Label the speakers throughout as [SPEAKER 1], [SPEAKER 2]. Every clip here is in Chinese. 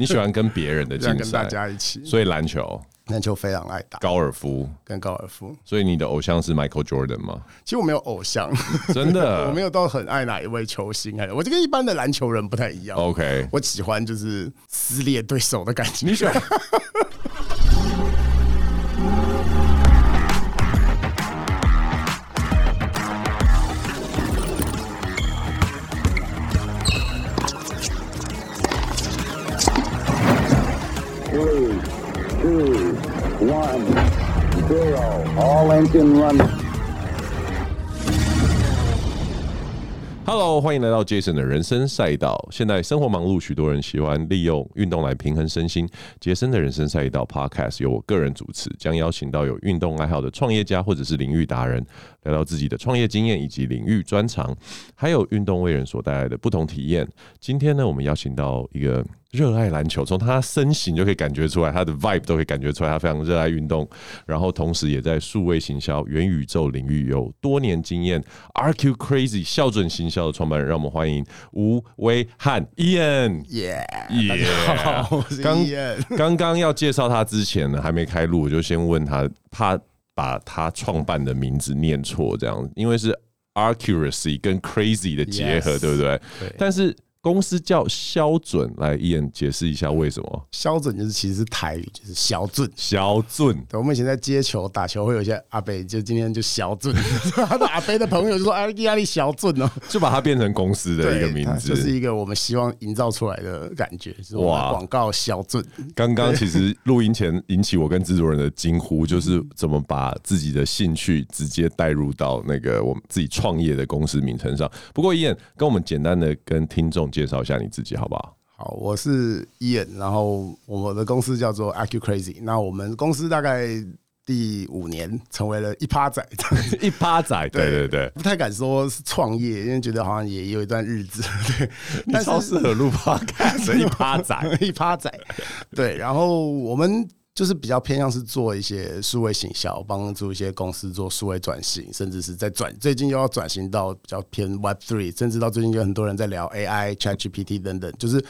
[SPEAKER 1] 你喜欢跟别人的
[SPEAKER 2] 这样
[SPEAKER 1] 竞
[SPEAKER 2] 跟大
[SPEAKER 1] 赛，
[SPEAKER 2] 家一起，
[SPEAKER 1] 所以篮球、
[SPEAKER 2] 那就非常爱打
[SPEAKER 1] 高尔夫，
[SPEAKER 2] 跟高尔夫。
[SPEAKER 1] 所以你的偶像是 Michael Jordan 吗？
[SPEAKER 2] 其实我没有偶 像，
[SPEAKER 1] 真的？
[SPEAKER 2] 我没
[SPEAKER 1] 有。
[SPEAKER 2] 有到很爱哪一位球星，哎，我就跟一般的篮球人不太一样。
[SPEAKER 1] OK，
[SPEAKER 2] 我喜欢就是撕裂对手的感觉。
[SPEAKER 1] 你喜欢？
[SPEAKER 3] three, two, one, zero. All engine running.
[SPEAKER 1] Hello，欢迎来到 Jason 的人生赛道。现在生活忙碌，许多人喜欢利用运动来平衡身心。杰森的人生赛道 Podcast 由我个人主持，将邀请到有运动爱好的创业家或者是领域达人，聊聊自己的创业经验以及领域专长，还有运动为人所带来的不同体验。今天呢，我们邀请到一个热爱篮球，从他身形就可以感觉出来，他的 vibe 都可以感觉出来，他非常热爱运动，然后同时也在数位行销、元宇宙领域有多年经验。RQ Crazy 校准行销的创办人，让我们欢迎吴威汉 Ian。
[SPEAKER 2] 耶，
[SPEAKER 1] 耶
[SPEAKER 2] 哎好我是
[SPEAKER 1] 刚
[SPEAKER 2] Ian
[SPEAKER 1] 刚刚要介绍他之前呢，还没开录，我就先问他，怕把他创办的名字念错，这样，因为是 accuracy 跟 crazy 的结合
[SPEAKER 2] Yes
[SPEAKER 1] 对不对？
[SPEAKER 2] 对
[SPEAKER 1] 但是公司叫肖准，来伊人解释一下为什么
[SPEAKER 2] 肖准就是其实是台语，就是小准。
[SPEAKER 1] 肖准。
[SPEAKER 2] 对我们以前在接球打球，会有一些阿伯，就今天就小准， 他的阿伯的朋友就说：“哎，意大利小准哦。
[SPEAKER 1] 就把它变成公司”的一个名
[SPEAKER 2] 它
[SPEAKER 1] 字，
[SPEAKER 2] 就是一个我们希望营造出来的感觉，就是我们
[SPEAKER 1] 哇
[SPEAKER 2] 的广告小准。
[SPEAKER 1] 刚刚其实录音前引起我跟制作人的惊呼，就是怎么把自己的兴趣直接带入到那个我们自己创业的公司名称上。不过，燕跟我们简单的跟听众介绍一下你自己好不好？
[SPEAKER 2] 好，我是 Ian，然后我的公司叫做 Acu Crazy，那我们公司大概第五年成为了一趴仔，
[SPEAKER 1] 一趴仔，对对对，
[SPEAKER 2] 不太敢说是创业，因为觉得好像也有一段日子， 对，
[SPEAKER 1] 你
[SPEAKER 2] 但
[SPEAKER 1] 超
[SPEAKER 2] 是
[SPEAKER 1] 适合录 podcast，一趴仔。
[SPEAKER 2] 一趴仔，对，然后我们。就是比较偏向是做一些数位行销，帮助一些公司做数位转型，甚至是在转最近又要转型到比较偏 Web Three，甚至到最近有很多人在聊 AI、ChatGPT 等等。就是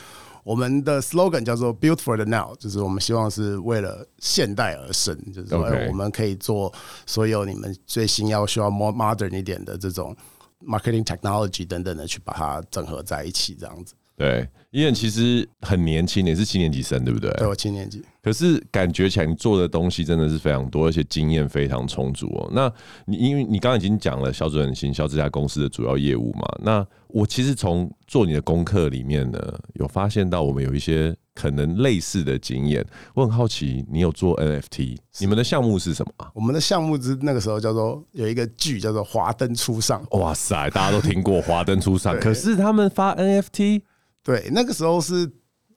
[SPEAKER 2] 我们的 slogan 叫做 “Build for the Now”，就是我们希望是为了现代而生，就是说
[SPEAKER 1] OK
[SPEAKER 2] 哎我们可以做所有你们最新要需要 more modern 一点的这种 marketing technology 等等的，去把它整合在一起，这样子。
[SPEAKER 1] 对，燕其实很年轻，你是七年级生，对不对？
[SPEAKER 2] 对我七年级。
[SPEAKER 1] 可是感觉起来，你做的东西真的是非常多，而且经验非常充足哦。那你因为你刚刚已经讲了小主任行销这家公司的主要业务嘛，那我其实从做你的功课里面呢，有发现到我们有一些可能类似的经验。我很好奇，你有做 NFT，你们的项目是什么啊？
[SPEAKER 2] 我们的项目之那个时候叫做有一个剧叫做《华灯初上》，
[SPEAKER 1] 哇塞，大家都听过华灯初上，
[SPEAKER 2] 对
[SPEAKER 1] 可是他们发 NFT，
[SPEAKER 2] 对，那个时候是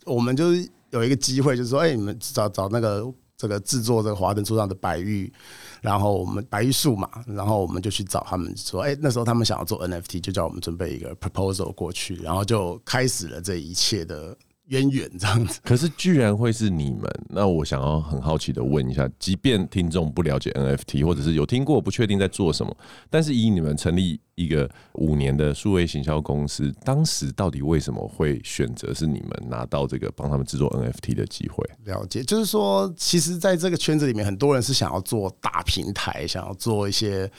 [SPEAKER 2] 我们就是有一个机会，就是说，哎、你们找找那个这个制作这个《华灯初上》的白玉，然后我们白玉树嘛，然后我们就去找他们说，哎、那时候他们想要做 NFT，就叫我们准备一个 proposal 过去，然后就开始了这一切的 渊源，这样子。
[SPEAKER 1] 可是居然会是你们，那我想要很好奇的问一下，即便听众不了解 NFT，或者是有听过不确定在做什么，但是以你们成立一个五年的数位行销公司，当时到底为什么会选择是你们拿到这个帮他们制作 NFT 的机会？
[SPEAKER 2] 了解，就是说，其实在这个圈子里面，很多人是想要做大平台，想要做一些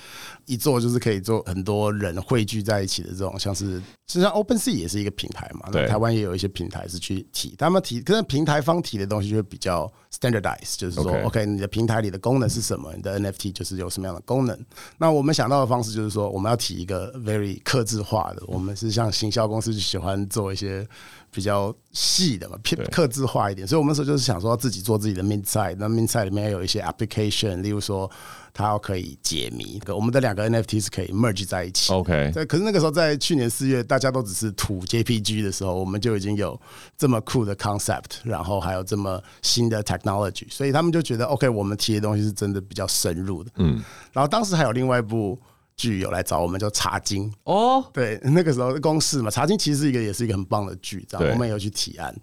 [SPEAKER 2] 一做就是可以做很多人汇聚在一起的这种，像是就像 OpenSea 也是一个平台嘛，
[SPEAKER 1] 对
[SPEAKER 2] 那台湾也有一些平台是去提，他们提，可是平台方提的东西就会比较 standardize，就是说
[SPEAKER 1] OK
[SPEAKER 2] ，OK，你的平台里的功能是什么，你的 NFT 就是有什么样的功能。那我们想到的方式就是说，我们要提一个 very 克制化的，我们是像行销公司就喜欢做一些比较细的嘛，偏
[SPEAKER 1] 对
[SPEAKER 2] 克制化一点。所以我们那时候就是想说要自己做自己的 mid side，那 mid side 里面有一些 application，例如说它要可以解谜，我们的两个 NFT 是可以 merge 在一起。
[SPEAKER 1] OK
[SPEAKER 2] 对，可是那个时候在去年四月，大家都只是土 JPG 的时候，我们就已经有这么酷的 concept，然后还有这么新的 technology，所以他们就觉得 OK，我们提的东西是真的比较深入的。嗯，然后当时还有另外一部剧有来找我们，叫《茶经》。
[SPEAKER 1] 哦，
[SPEAKER 2] 对，那个时候公式嘛，《茶经》其实是一个也是一个很棒的剧，这样
[SPEAKER 1] 对
[SPEAKER 2] 我们也有去提案。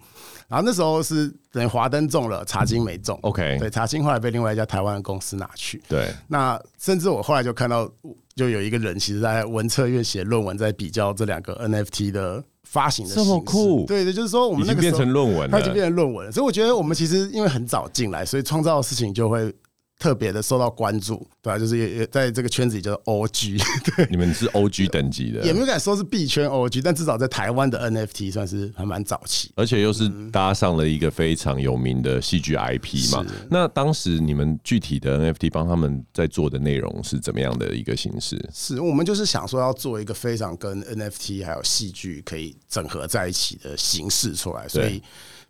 [SPEAKER 2] 然后那时候是等于华灯中了，《茶经》没中。
[SPEAKER 1] OK
[SPEAKER 2] 对，《茶经》后来被另外一家台湾的公司拿去。
[SPEAKER 1] 对，
[SPEAKER 2] 那甚至我后来就看到，就有一个人其实在文策院写论文，在比较这两个 NFT 的发行的
[SPEAKER 1] 这么
[SPEAKER 2] 形式
[SPEAKER 1] 酷
[SPEAKER 2] 对对，就是说我
[SPEAKER 1] 已
[SPEAKER 2] 们那
[SPEAKER 1] 经
[SPEAKER 2] 个时
[SPEAKER 1] 变
[SPEAKER 2] 候
[SPEAKER 1] 成论文
[SPEAKER 2] 它已经变
[SPEAKER 1] 了。
[SPEAKER 2] 成论文了，所以我觉得我们其实因为很早进来，所以创造的事情就会特别的受到关注，对吧、就是也也在这个圈子里叫做 OG，对，
[SPEAKER 1] 你们是 O G 等级的，
[SPEAKER 2] 也没有敢说是币圈 OG，但至少在台湾的 NFT 算是还蛮早期。
[SPEAKER 1] 而且又是搭上了一个非常有名的戏剧 IP 嘛。那当时你们具体的 NFT 帮他们在做的内容是怎么样的一个形式？
[SPEAKER 2] 是我们就是想说要做一个非常跟 NFT 还有戏剧可以整合在一起的形式出来，所以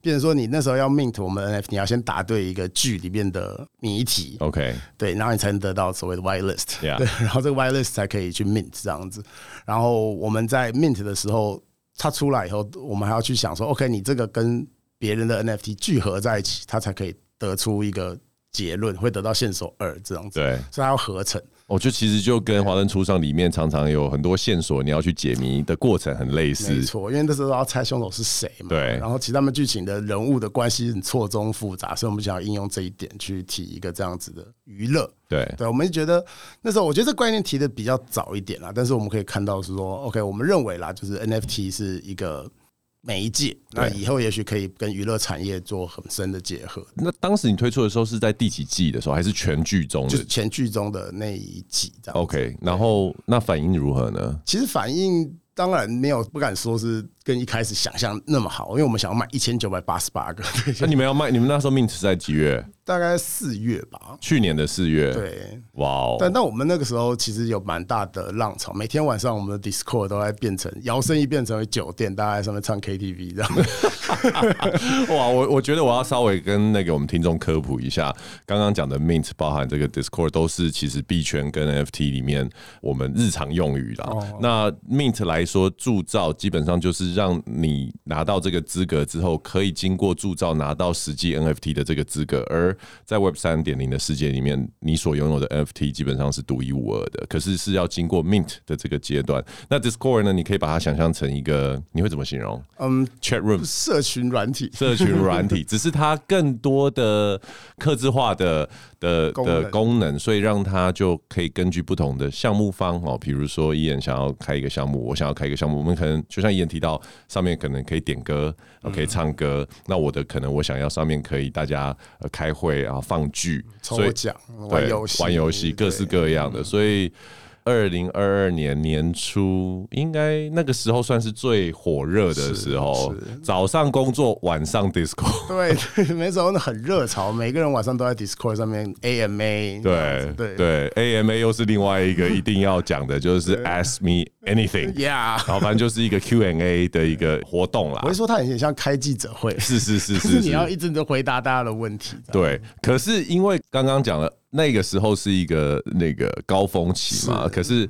[SPEAKER 2] 变成说你那时候要 mint 我们 NFT，你要先答对一个剧里面的谜题，
[SPEAKER 1] OK，
[SPEAKER 2] 对，然后你才能得到所谓的 white list，、
[SPEAKER 1] 哦 Yeah
[SPEAKER 2] 对，然后这个 white list 才可以去 mint 这样子。然后我们在 mint 的时候，它出来以后，我们还要去想说，OK，你这个跟别人的 NFT 聚合在一起，它才可以得出一个结论，会得到线索二这样子。
[SPEAKER 1] 对
[SPEAKER 2] 所以它要合成。
[SPEAKER 1] 我哦就其实就跟《华灯初上》里面常常有很多线索，你要去解谜的过程很类
[SPEAKER 2] 没
[SPEAKER 1] 似。
[SPEAKER 2] 错，因为那时候要猜凶手是谁嘛。
[SPEAKER 1] 对
[SPEAKER 2] 然后其实他们剧情的人物的关系很错综复杂，所以我们想要应用这一点去提一个这样子的娱乐。
[SPEAKER 1] 对
[SPEAKER 2] 对，我们就觉得那时候我觉得这观念提的比较早一点啦，但是我们可以看到是说，OK，我们认为啦，就是 NFT 是一个媒介，那以后也许可以跟娱乐产业做很深的结合。
[SPEAKER 1] 那当时你推出的时候是在第几季的时候，还是全剧中
[SPEAKER 2] 就是
[SPEAKER 1] 的
[SPEAKER 2] 前剧中的那一集这样。
[SPEAKER 1] ？OK，然后那反应如何呢？
[SPEAKER 2] 其实反应当然没有不敢说是跟一开始想象那么好，因为我们想要卖一千九百八十八个，对，
[SPEAKER 1] 那你们要卖，你们那时候 mint 是在几月？
[SPEAKER 2] 大概四月吧。
[SPEAKER 1] 去年的四月。，
[SPEAKER 2] 对，
[SPEAKER 1] 哇
[SPEAKER 2] 但
[SPEAKER 1] 哦，
[SPEAKER 2] 但我们那个时候其实有蛮大的浪潮，每天晚上我们的 Discord 都在变成摇身一变成为酒店，大家在上面唱 KTV 这 样。
[SPEAKER 1] 哇，我我觉得我要稍微跟那个我们听众科普一下，刚刚讲的 mint 包含这个 Discord 都是其实币圈跟 NFT 里面我们日常用语啦。那 mint 来说，铸造基本上就是让你拿到这个资格之后，可以经过铸造拿到实际 NFT 的这个资格，而在 Web 三点零的世界里面，你所拥有的 NFT 基本上是独一无二的，可是是要经过 mint 的这个阶段。那 Discord 呢，你可以把它想象成一个，你会怎么形容？嗯，chat room
[SPEAKER 2] 社群 软体，
[SPEAKER 1] 社群软 体，只是它更多的客制化的的
[SPEAKER 2] 功
[SPEAKER 1] 的
[SPEAKER 2] 能
[SPEAKER 1] 功能，所以让它就可以根据不同的项目方哦，比如说伊人想要开一个项目，我想要开一个项目，我们可能就像伊人提到，上面可能可以点歌，呃
[SPEAKER 2] 嗯
[SPEAKER 1] 可以唱歌，那我的可能我想要上面可以大家呃开会啊放剧，所
[SPEAKER 2] 抽
[SPEAKER 1] 以
[SPEAKER 2] 奖、玩
[SPEAKER 1] 对
[SPEAKER 2] 游戏、嗯
[SPEAKER 1] 玩游戏，各式各样的，所以。二零二二年年初，应该那个时候算是最火热的时候。早上工作，晚上 disco，
[SPEAKER 2] 对。对，对没错，那很热潮，每个人晚上都在 Discord 上面 AMA 这样
[SPEAKER 1] 对
[SPEAKER 2] 子。对对
[SPEAKER 1] 对，AMA 又是另外一个一定要讲的，就是 Ask Me Anything，
[SPEAKER 2] ，Yeah，
[SPEAKER 1] 然后反正就是一个 Q&A 的一个活动啦
[SPEAKER 2] 我会。说它有点像开记者会，
[SPEAKER 1] 是是是
[SPEAKER 2] 就是是 你要一直的回答大家的问题。这样
[SPEAKER 1] 对，可是因为刚刚讲了，那个时候是一个那个高峰期嘛，可是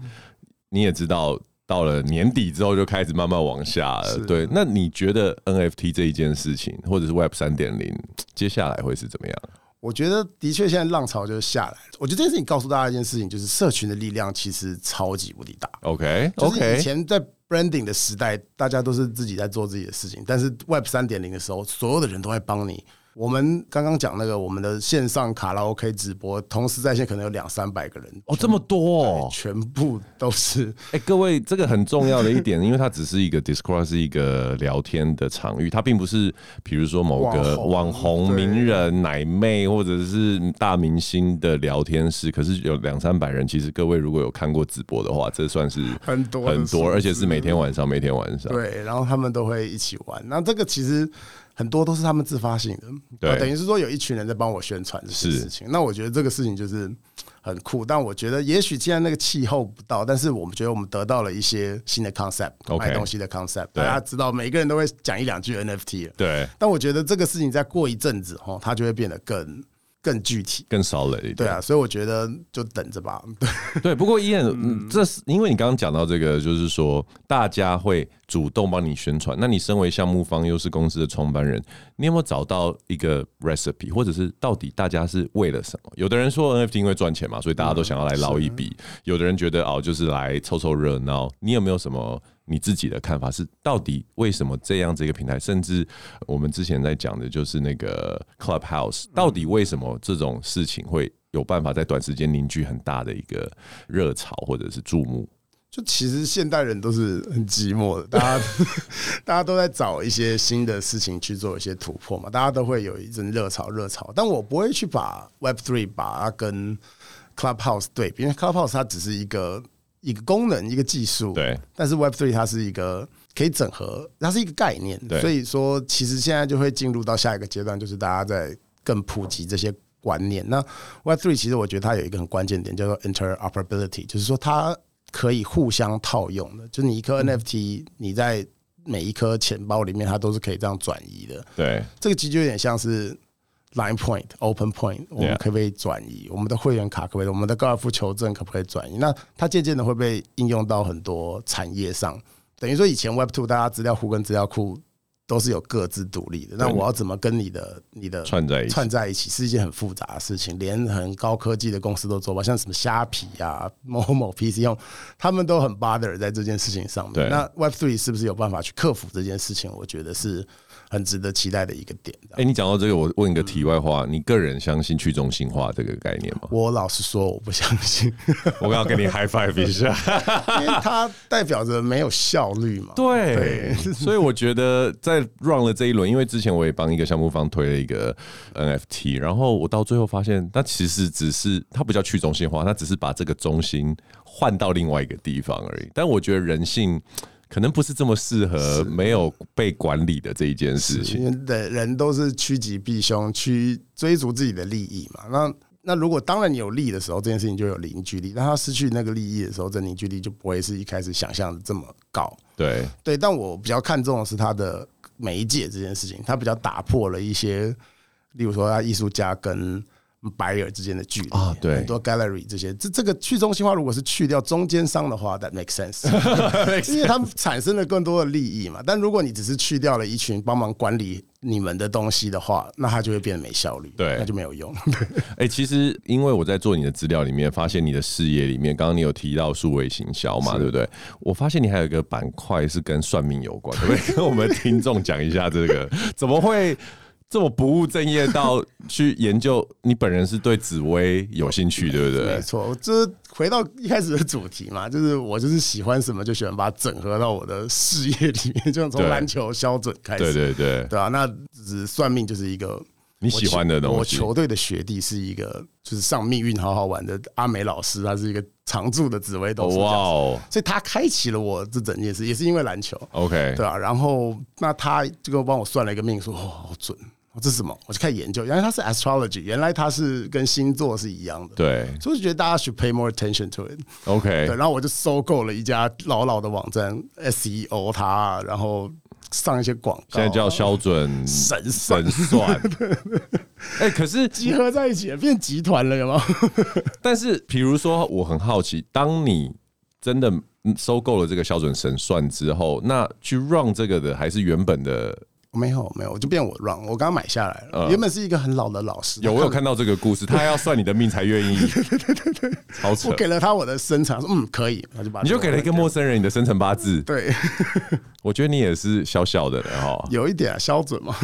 [SPEAKER 1] 你也知道，到了年底之后就开始慢慢往下了。对，那你觉得 NFT 这一件事情，或者是 Web 三点零，接下来会是怎么样？
[SPEAKER 2] 我觉得的确现在浪潮就是下来。我觉得这件事情告诉大家一件事情，就是社群的力量其实超级无敌大。
[SPEAKER 1] OK
[SPEAKER 2] 就是以
[SPEAKER 1] OK，
[SPEAKER 2] 前在 branding 的时代，大家都是自己在做自己的事情，但是 Web 三点零的时候，所有的人都在帮你。我们刚刚讲那个，我们的线上卡拉 OK 直播，同时在线可能有两三百个人，
[SPEAKER 1] 哦，这么多、哦，
[SPEAKER 2] 全部都是
[SPEAKER 1] 哎、各位，这个很重要的一点，因为它只是一个 Discord 是一个聊天的场域，它并不是比如说某个
[SPEAKER 2] 网红
[SPEAKER 1] 网红、
[SPEAKER 2] 对
[SPEAKER 1] 名人、奶妹或者是大明星的聊天室。可是有两三百人，其实各位如果有看过直播的话，这算是
[SPEAKER 2] 很多的
[SPEAKER 1] 很
[SPEAKER 2] 数
[SPEAKER 1] 多，
[SPEAKER 2] 字
[SPEAKER 1] 而且是每天晚上，每天晚上。
[SPEAKER 2] 对，然后他们都会一起玩。那这个其实很多都是他们自发性的，
[SPEAKER 1] 对
[SPEAKER 2] 那等于是说有一群人在帮我宣传这些
[SPEAKER 1] 是
[SPEAKER 2] 事情。那我觉得这个事情就是很酷，但我觉得也许既然那个气候不到，但是我们觉得我们得到了一些新的 concept，
[SPEAKER 1] OK
[SPEAKER 2] 卖东西的 concept，
[SPEAKER 1] 对
[SPEAKER 2] 大家知道每个人都会讲一两句 NFT 了。
[SPEAKER 1] 对，
[SPEAKER 2] 但我觉得这个事情再过一阵子哦，它就会变得更更具体。
[SPEAKER 1] 更少了一点。
[SPEAKER 2] 对啊，所以我觉得就等着吧。对
[SPEAKER 1] 嗯对，不过伊恩，这是因为你刚刚讲到这个，就是说大家会主动帮你宣传。那你身为项目方又是公司的创办人，你有没有找到一个 recipe，或者是到底大家是为了什么？有的人说 NFT 因为赚钱嘛，所以大家都想要来捞一笔；有的人觉得哦，就是来凑凑热闹。你有没有什么？你自己的看法是，到底为什么这样子一个平台，甚至我们之前在讲的就是那个 Clubhouse，到底为什么这种事情会有办法在短时间凝聚很大的一个热潮或者是注目？
[SPEAKER 2] 就其实现代人都是很寂寞的，大家大家都在找一些新的事情去做一些突破嘛，大家都会有一阵热潮热潮，但我不会去把 Web Three 把它跟 Clubhouse 对比，因为 Clubhouse 它只是一个一个功能一个技术，
[SPEAKER 1] 对，
[SPEAKER 2] 但是 Web Three 它是一个可以整合，它是一个概念
[SPEAKER 1] 对，
[SPEAKER 2] 所以说其实现在就会进入到下一个阶段，就是大家在更普及这些观念。那 Web Three 其实我觉得它有一个很关键点叫做 interoperability，就是说它可以互相套用的，就是你一颗 NFT 你在每一颗钱包里面，它都是可以这样转移的。
[SPEAKER 1] 对，
[SPEAKER 2] 这个其实就有点像是 Line Point、Open Point，我们可不可以转移我们的会员卡，可不可以？我们的高尔夫球证可不可以转移？那它渐渐的会被应用到很多产业上，等于说以前 Web Two 大家资料库跟资料库都是有各自独立的，那我要怎么跟你的你的
[SPEAKER 1] 串在一起
[SPEAKER 2] 串在一起是一件很复杂的事情，连很高科技的公司都做不到，像什么虾皮啊、某某 PC 用，他们都很 bother 在这件事情上
[SPEAKER 1] 对
[SPEAKER 2] 面。那 Web Three 是不是有办法去克服这件事情？我觉得是很值得期待的一个点。
[SPEAKER 1] 哎、你讲到这个，我问一个题外话，你个人相信去中心化这个概念吗？
[SPEAKER 2] 我老实说，我不相 信，
[SPEAKER 1] 我刚刚跟你 high five 一下。
[SPEAKER 2] 因为它代表着没有效率 嘛。
[SPEAKER 1] 对，所以我觉得在 run 了这一轮，因为之前我也帮一个项目方推了一个 NFT，然后我到最后发现，它其实只是它不叫去中心化，它只是把这个中心换到另外一个地方而已。但我觉得人性可能不是这么适合没有被管理的这一件事情。
[SPEAKER 2] 因为的人都是趋吉避凶，去追逐自己的利益嘛。那那如果当然你有利的时候，这件事情就有凝聚力；当他失去那个利益的时候，这凝聚力就不会是一开始想象的这么高。
[SPEAKER 1] 对，
[SPEAKER 2] 对，但我比较看重的是他的媒介这件事情，他比较打破了一些，例如说他艺术家跟白人之间的距离
[SPEAKER 1] 啊对
[SPEAKER 2] 很多 gallery 这些，这这个去中心化如果是去掉中间商的话，that makes sense，因为他们产生了更多的利益嘛。但如果你只是去掉了一群帮忙管理你们的东西的话，那它就会变得没效率，
[SPEAKER 1] 对
[SPEAKER 2] 那就没有用。 对
[SPEAKER 1] 哎、其实因为我在做你的资料里面，发现你的事业里面，刚刚你有提到数位行销嘛，对不对？我发现你还有一个板块是跟算命有关，可不可 以跟我们听众讲一下这个？怎么会这么不务正业到去研究？你本人是对紫薇有兴趣，对不
[SPEAKER 2] 没
[SPEAKER 1] 对？
[SPEAKER 2] 错，就是回到一开始的主题嘛， 就是我就是喜欢什么就喜欢把它整合到我的事业里面，就从
[SPEAKER 1] 对
[SPEAKER 2] 篮球消准开始，
[SPEAKER 1] 对对对，
[SPEAKER 2] 对啊，那只算命就是一个
[SPEAKER 1] 你喜欢的
[SPEAKER 2] 我
[SPEAKER 1] 东西
[SPEAKER 2] 球。我球队的学弟是一个就是上命运好好玩的阿美老师，他是一个常驻的紫薇斗数
[SPEAKER 1] 哇
[SPEAKER 2] 哇
[SPEAKER 1] 哦
[SPEAKER 2] 哦，所以他开启了我这整件事，也是因为篮球。
[SPEAKER 1] OK，
[SPEAKER 2] 对啊，然后那他就给我帮我算了一个命，说哦好准，哦这是什么？我就开始研究，原来他是 astrology，原来他是跟星座是一样的。
[SPEAKER 1] 对
[SPEAKER 2] 所以我就觉得大家 should pay more attention to it。
[SPEAKER 1] ，OK，
[SPEAKER 2] 对，然后我就收购了一家老老的网站 SEO 它，然后上一些广告，
[SPEAKER 1] 现在叫肖准
[SPEAKER 2] 神算
[SPEAKER 1] 神 算。哎、可是
[SPEAKER 2] 集合在一起变集团了，有 吗？
[SPEAKER 1] 但是，比如说，我很好奇，当你真的嗯收购了这个标准神算之后，那去 run 这个的还是原本的？
[SPEAKER 2] 没有没有，我就变我 run，我刚买下来了，
[SPEAKER 1] 嗯
[SPEAKER 2] 原本是一个很老的老师，
[SPEAKER 1] 有我有看到这个 故事，他要算你的命才愿意，超扯
[SPEAKER 2] 我！给了他我的生产，说嗯可以，我就把
[SPEAKER 1] 你就给了一个陌
[SPEAKER 2] 生，
[SPEAKER 1] 生人你的生辰八字，
[SPEAKER 2] 对，
[SPEAKER 1] 我觉得你也是小小的然后，
[SPEAKER 2] 有一点啊，消准嘛，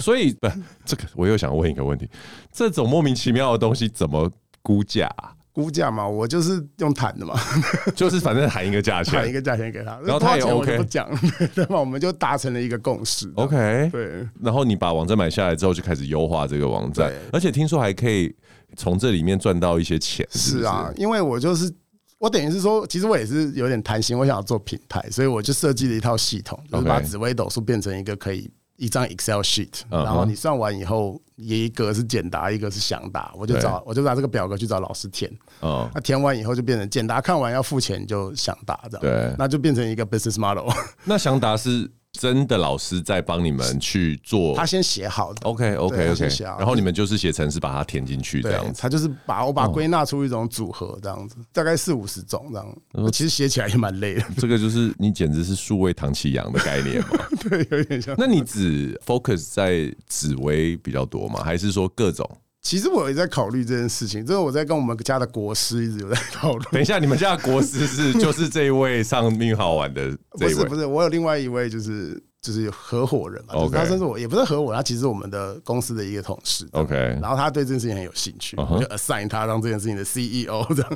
[SPEAKER 1] 所以不， 这个我又想问一个问题：这种莫名其妙的东西怎么估价啊、
[SPEAKER 2] 估价嘛，我就是用谈的嘛，
[SPEAKER 1] 就是反正喊一个价
[SPEAKER 2] 谈一
[SPEAKER 1] 钱
[SPEAKER 2] 个价钱给他，然
[SPEAKER 1] 后他也
[SPEAKER 2] 我就
[SPEAKER 1] OK
[SPEAKER 2] 不讲， 对吧？我们就达成了一个共识
[SPEAKER 1] ，OK，
[SPEAKER 2] 对。
[SPEAKER 1] 然后你把网站买下来之后，就开始优化这个网站
[SPEAKER 2] 对，
[SPEAKER 1] 而且听说还可以从这里面赚到一些钱。是不
[SPEAKER 2] 是啊，，因为我就是我等于是说，其实我也是有点贪心，我想要做平台，所以我就设计了一套系统，就是
[SPEAKER 1] OK
[SPEAKER 2] 把紫微斗数变成一个可以一张 Excel sheet，、
[SPEAKER 1] 嗯哼
[SPEAKER 2] 然后你算完以后，一个是简答，一个是详答，我就
[SPEAKER 1] 对
[SPEAKER 2] 找我就拿这个表格去找老师填，
[SPEAKER 1] 嗯，
[SPEAKER 2] 那填完以后就变成简答，看完要付钱就详答这样，
[SPEAKER 1] 对哦
[SPEAKER 2] 那就变成一个 business model。
[SPEAKER 1] 那祥达是真的老师在帮你们去做
[SPEAKER 2] 他先写好的
[SPEAKER 1] OK OK
[SPEAKER 2] 对他
[SPEAKER 1] OK，
[SPEAKER 2] 先写好
[SPEAKER 1] 然后你们就是写程式把它填进去这
[SPEAKER 2] 对
[SPEAKER 1] 样，子。哦
[SPEAKER 2] 他就是把我把它归纳出一种组合这样子，大概四五十种这
[SPEAKER 1] 嗯
[SPEAKER 2] 样，其实写起来也蛮累的，
[SPEAKER 1] 这个就是你简直是数位唐启阳的概念嘛？
[SPEAKER 2] 对，有点像。
[SPEAKER 1] 那你只 focus 在紫薇比较多吗？还是说各 种？
[SPEAKER 2] 其实我也在考虑这件事情，这是我在跟我们家的国师一直有在讨论。
[SPEAKER 1] 等一下，你们家的国师是就是这一位上命好玩的 这
[SPEAKER 2] 不
[SPEAKER 1] 一
[SPEAKER 2] 是
[SPEAKER 1] 位
[SPEAKER 2] 不是，我有另外一位就是就是合伙人啊嘛，就是
[SPEAKER 1] OK
[SPEAKER 2] 他甚至我也不是合伙人，他其实是我们的公司的一个同事。
[SPEAKER 1] ，OK，
[SPEAKER 2] 然后他对这件事情很有兴趣，
[SPEAKER 1] 哦嗯哼
[SPEAKER 2] 我就 assign 他当这件事情的 CEO 这样。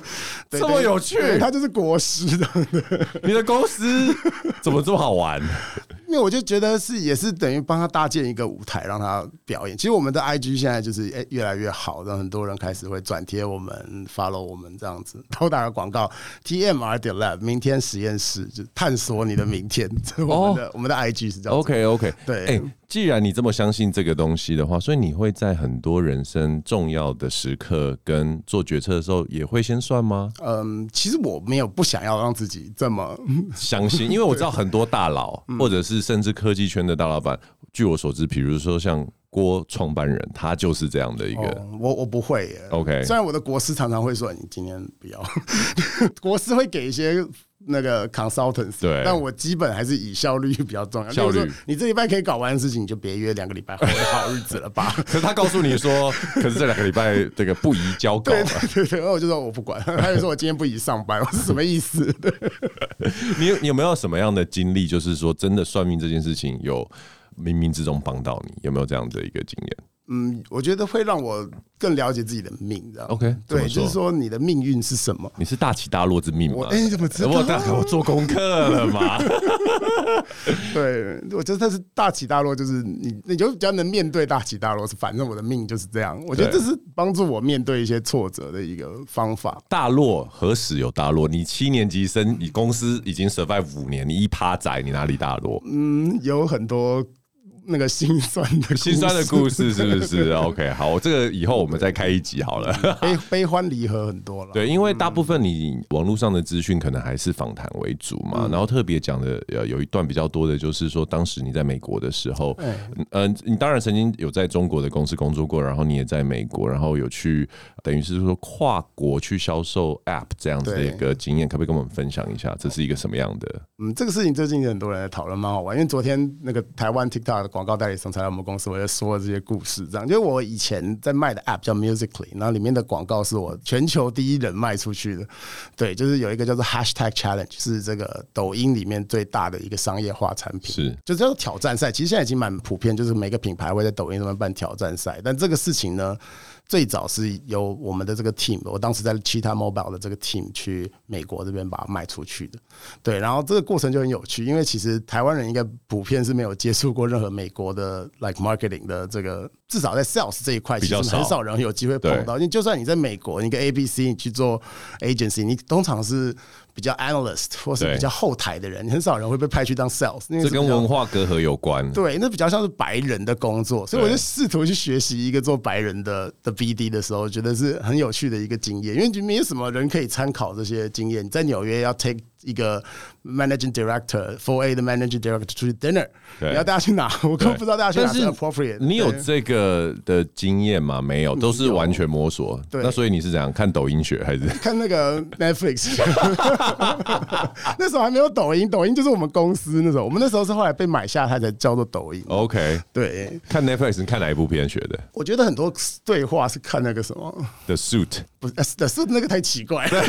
[SPEAKER 2] 对
[SPEAKER 1] 这么
[SPEAKER 2] 对
[SPEAKER 1] 有趣
[SPEAKER 2] 对他就是国师的，
[SPEAKER 1] 你的公司怎么这么好玩？
[SPEAKER 2] 因为我就觉得是也是等于帮他搭建一个舞台让他表演。其实我们的 IG 现在就是哎越来越好，让很多人开始会转贴我们、follow 我们这样子。 偷打个广告，TMR The Lab，明天实验室就探索你的明天。 这是我们的、我们的 IG 是这样子。
[SPEAKER 1] OK OK，
[SPEAKER 2] 对
[SPEAKER 1] 哎、既然你这么相信这个东西的话，所以你会在很多人生重要的时刻跟做决策的时候，也会先算吗？
[SPEAKER 2] 嗯，其实我没有不想要让自己这么，
[SPEAKER 1] 相信，因为我知道很多大 佬，
[SPEAKER 2] 嗯
[SPEAKER 1] 或者是甚至科技圈的大老板，据我所知，比如说像郭创办人，他就是这样的一个。
[SPEAKER 2] 哦我我不会耶。
[SPEAKER 1] OK，
[SPEAKER 2] 虽然我的国师常常会说你今天不要， 国师会给一些那个 consultants，
[SPEAKER 1] 对
[SPEAKER 2] 但我基本还是以效率比较重要。
[SPEAKER 1] 效率
[SPEAKER 2] 例如说你这礼拜可以搞完的事情，你就别约两个礼拜后的好日子了吧。
[SPEAKER 1] 可是他告诉你说，可是这两个礼拜这个不宜交稿啊
[SPEAKER 2] 对，对对对，然后我就说我不管，他就说我今天不宜上班，我是什么意思？ 对
[SPEAKER 1] 你有你有没有什么样的经历？就是说，真的算命这件事情有冥冥之中帮到你，有没有这样的一个经验
[SPEAKER 2] 嗯，我觉得会让我更了解自己的命，这样。
[SPEAKER 1] ？OK，怎么
[SPEAKER 2] 对，就是说你的命运是什么？
[SPEAKER 1] 你是大起大落之命吗？
[SPEAKER 2] 我哎你怎么知道
[SPEAKER 1] 我大我做功课了 嘛？
[SPEAKER 2] 对，我觉得它是大起大落，就是你，你就比较能面对大起大落。是反正我的命就是这样，我觉得
[SPEAKER 1] 对
[SPEAKER 2] 这是帮助我面对一些挫折的一个方法。
[SPEAKER 1] 大落何时有大落？你七年级生，你公司已经 survive 五年，你一趴仔，你哪里大落？
[SPEAKER 2] 嗯，有很多那个心酸的故事
[SPEAKER 1] 心酸的故事是不是？OK，好，这个以后我们再开一集好了。
[SPEAKER 2] 悲悲欢离合很多了。
[SPEAKER 1] 对，因为大部分你网络上的资讯可能还是访谈为主
[SPEAKER 2] 嗯
[SPEAKER 1] 嘛，然后特别讲的呃有一段比较多的就是说，当时你在美国的时候，嗯呃，你当然曾经有在中国的公司工作过，然后你也在美国，然后有去呃等于是说跨国去销售 App 这样子的一个经验，可不可以跟我们分享一下？这是一个什么样的？
[SPEAKER 2] 嗯，这个事情最近很多人在讨论，蛮好玩。因为昨天那个台湾 TikTok 的广告代理商才来我们公司，我就说了这些故事。这样，因为我以前在卖的 App 叫 Musically，然后里面的广告是我全球第一人卖出去的。对，就是有一个叫做 Hashtag Challenge，是这个抖音里面最大的一个商业化产品。
[SPEAKER 1] 是
[SPEAKER 2] 就叫做挑战赛，其实现在已经蛮普遍，就是每个品牌会在抖音上面办挑战赛。但这个事情呢，最早是由我们的这个 team，我当时在 Cheetah Mobile 的这个 team 去美国这边把它卖出去的。对，然后这个过程就很有趣，因为其实台湾人应该普遍是没有接触过任何美国的 like marketing 的这个，至少在 sales 这一块，
[SPEAKER 1] 比
[SPEAKER 2] 其实
[SPEAKER 1] 较少
[SPEAKER 2] 很少人有机会碰到。因为就算你在美国，你跟 ABC 你去做 agency，你通常是比较 analyst 或是
[SPEAKER 1] 对
[SPEAKER 2] 比较后台的人，你很少人会被派去当 sales，因为
[SPEAKER 1] 这
[SPEAKER 2] 是
[SPEAKER 1] 跟
[SPEAKER 2] 嗯比较
[SPEAKER 1] 文化隔阂有关。
[SPEAKER 2] 对，那比较像是白人的工作，所以
[SPEAKER 1] 对
[SPEAKER 2] 我就试图去学习一个做白人的的 BD 的时候，觉得是很有趣的一个经验，因为就没有什么人可以参考这些经验。你在纽约要 take 一个 managing director f o r A 的 managing director 出去 dinner，
[SPEAKER 1] 对
[SPEAKER 2] 你要带他去哪？我根本不知道带他去
[SPEAKER 1] 但
[SPEAKER 2] 哪
[SPEAKER 1] 是
[SPEAKER 2] 是 appropriate。
[SPEAKER 1] 你有
[SPEAKER 2] 对嗯
[SPEAKER 1] 这个的经验吗？没有，都是完全摸索。
[SPEAKER 2] 对
[SPEAKER 1] 那所以你是怎样看抖音学还是？
[SPEAKER 2] 看那个 Netflix，那时候还没有抖音，抖音就是我们公司那时候，我们那时候是后来被买下，它才叫做抖音。
[SPEAKER 1] OK，
[SPEAKER 2] 对，
[SPEAKER 1] 看 Netflix 你看哪一部片学的
[SPEAKER 2] 我觉得很多对话是看那个什么。
[SPEAKER 1] ？The Suit。
[SPEAKER 2] 不是，呃是的是那个太 奇怪了。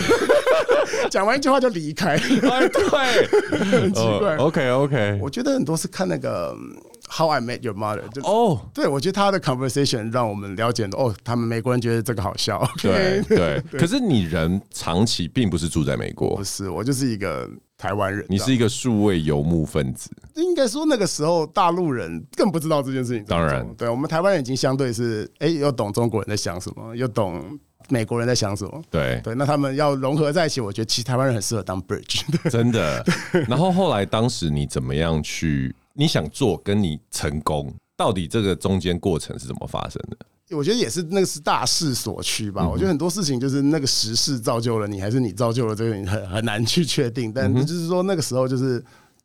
[SPEAKER 2] 讲完一句话就离开，
[SPEAKER 1] 哎， 对，
[SPEAKER 2] 哦很奇怪。
[SPEAKER 1] OK OK，
[SPEAKER 2] 我觉得很多是看那个嗯《How I Met Your Mother》就。
[SPEAKER 1] 哦，
[SPEAKER 2] 对，我觉得他的 conversation 让我们了解哦，他们美国人觉得这个好笑。
[SPEAKER 1] 对
[SPEAKER 2] OK
[SPEAKER 1] 对。可是你人长期并不是住在美国
[SPEAKER 2] 不，是，我就是一个台湾人。
[SPEAKER 1] 你是一个数位游牧分子。
[SPEAKER 2] 应该说那个时候大陆人更不知道这件事情怎么做。
[SPEAKER 1] 当然
[SPEAKER 2] 对我们台湾人已经相对是，哎，又懂中国人在想什么，又懂美国人在想什么。
[SPEAKER 1] 对，
[SPEAKER 2] 对，那他们要融合在一起，我觉得其实台湾人很适合当 bridge。对
[SPEAKER 1] 真 的。然后后来当时你怎么样去？你想做跟你成功，到底这个中间过程是怎么发生的？
[SPEAKER 2] 我觉得也是，那个是大势所趋
[SPEAKER 1] 嗯
[SPEAKER 2] 吧。我觉得很多事情就是那个时
[SPEAKER 1] 嗯
[SPEAKER 2] 势造就了你，还是你造就了这个，你很很难去确定。但就是说，那个时候就是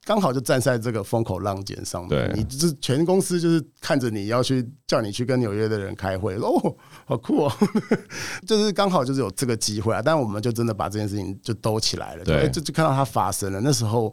[SPEAKER 2] 刚好就站在这个风口浪尖上面。
[SPEAKER 1] 对
[SPEAKER 2] 你就是全公司就是看着你要去叫你去跟纽约的人开会，说哦，好酷哦， 就是刚好就是有这个机会啊。但我们就真的把这件事情就兜起来了，就
[SPEAKER 1] 对
[SPEAKER 2] 哎就就看到它发生了。那时候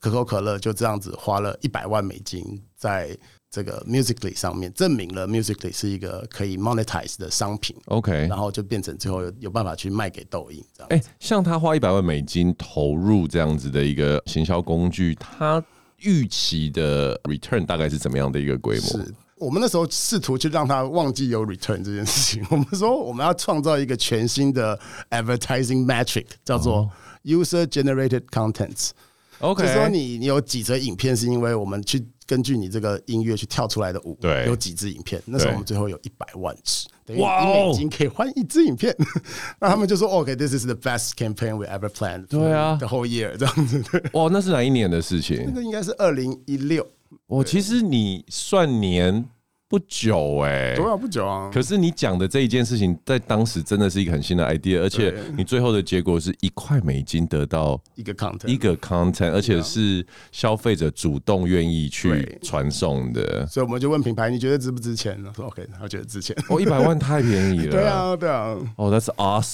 [SPEAKER 2] 可口可乐就这样子花了一百万美金在。这个 Musically 上面证明了 Musically 是一个可以 monetize 的商品，
[SPEAKER 1] OK，
[SPEAKER 2] 然后就变成最后有有办法去卖给抖音这样。
[SPEAKER 1] 哎、像他花一百万美金投入这样子的一个行销工具，他预期的 return 大概是怎么样的一个规模？
[SPEAKER 2] 是我们那时候试图去让他忘记有 return 这件事情。我 们说我们要创造一个全新的 advertising metric，叫
[SPEAKER 1] 哦
[SPEAKER 2] 做 user generated contents，、
[SPEAKER 1] OK，
[SPEAKER 2] 就是说你你有几则影片是因为我们去根据你这个音乐去跳出来的舞，
[SPEAKER 1] 对
[SPEAKER 2] 有几支影片。那时候我们最后有一百万支，等于
[SPEAKER 1] 哇
[SPEAKER 2] 一
[SPEAKER 1] 哦
[SPEAKER 2] 美金可以换一支影片。 那他们就说哦 OK，this、is the best campaign we ever planned，
[SPEAKER 1] 对啊
[SPEAKER 2] the whole year 这样子。 对
[SPEAKER 1] 哇，哦那是哪一年的事
[SPEAKER 2] 那
[SPEAKER 1] 情？
[SPEAKER 2] 个应该是二零一六，
[SPEAKER 1] 我其实你算年不久哎、
[SPEAKER 2] 多少不久啊？
[SPEAKER 1] 可是你讲的这一件事情，在当时真的是一个很新的 idea，而且你最后的结果是一块美金得到
[SPEAKER 2] 一个 content，
[SPEAKER 1] 一个 content，而且是消费者主动愿意去
[SPEAKER 2] 对
[SPEAKER 1] 传送的。
[SPEAKER 2] 所以我们就问品牌，你觉得值不值钱呢？说 OK，他觉得 值钱。
[SPEAKER 1] 哦，一百万太便宜了。
[SPEAKER 2] 对啊，对啊，
[SPEAKER 1] 哦、t h a t s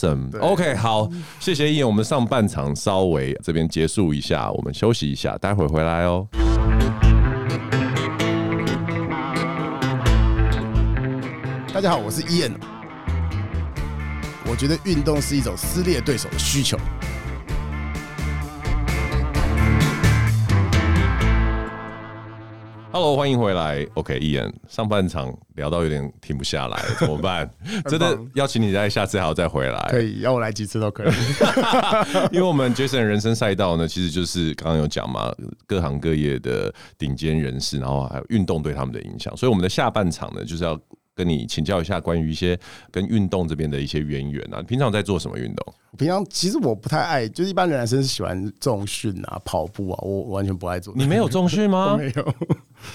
[SPEAKER 1] awesome。OK，好，谢谢易言。我们上半场稍微这边结束一下，我们休息一下，待会儿回来哦。
[SPEAKER 2] 大家好，我是伊恩。我觉得运动是一种撕裂对手的需求。
[SPEAKER 1] Hello，欢迎回来。OK，易言，上半场聊到有点停不下来，怎么办？真的邀请你在下次还要再回来。
[SPEAKER 2] 可以，要我来几次都可以。
[SPEAKER 1] 因为我们 Jason 人生赛道呢，其实就是刚刚有讲嘛，各行各业的顶尖人士，然后还有运动对他们的影响，所以我们的下半场呢，就是要跟你请教一下关于一些跟运动这边的一些渊源啊。你平常在做什么运动？
[SPEAKER 2] 我平常其实我不太爱，就是一般人男生是喜欢重训啊、跑步啊，我我完全不爱做。
[SPEAKER 1] 你没有重训吗？
[SPEAKER 2] 没有？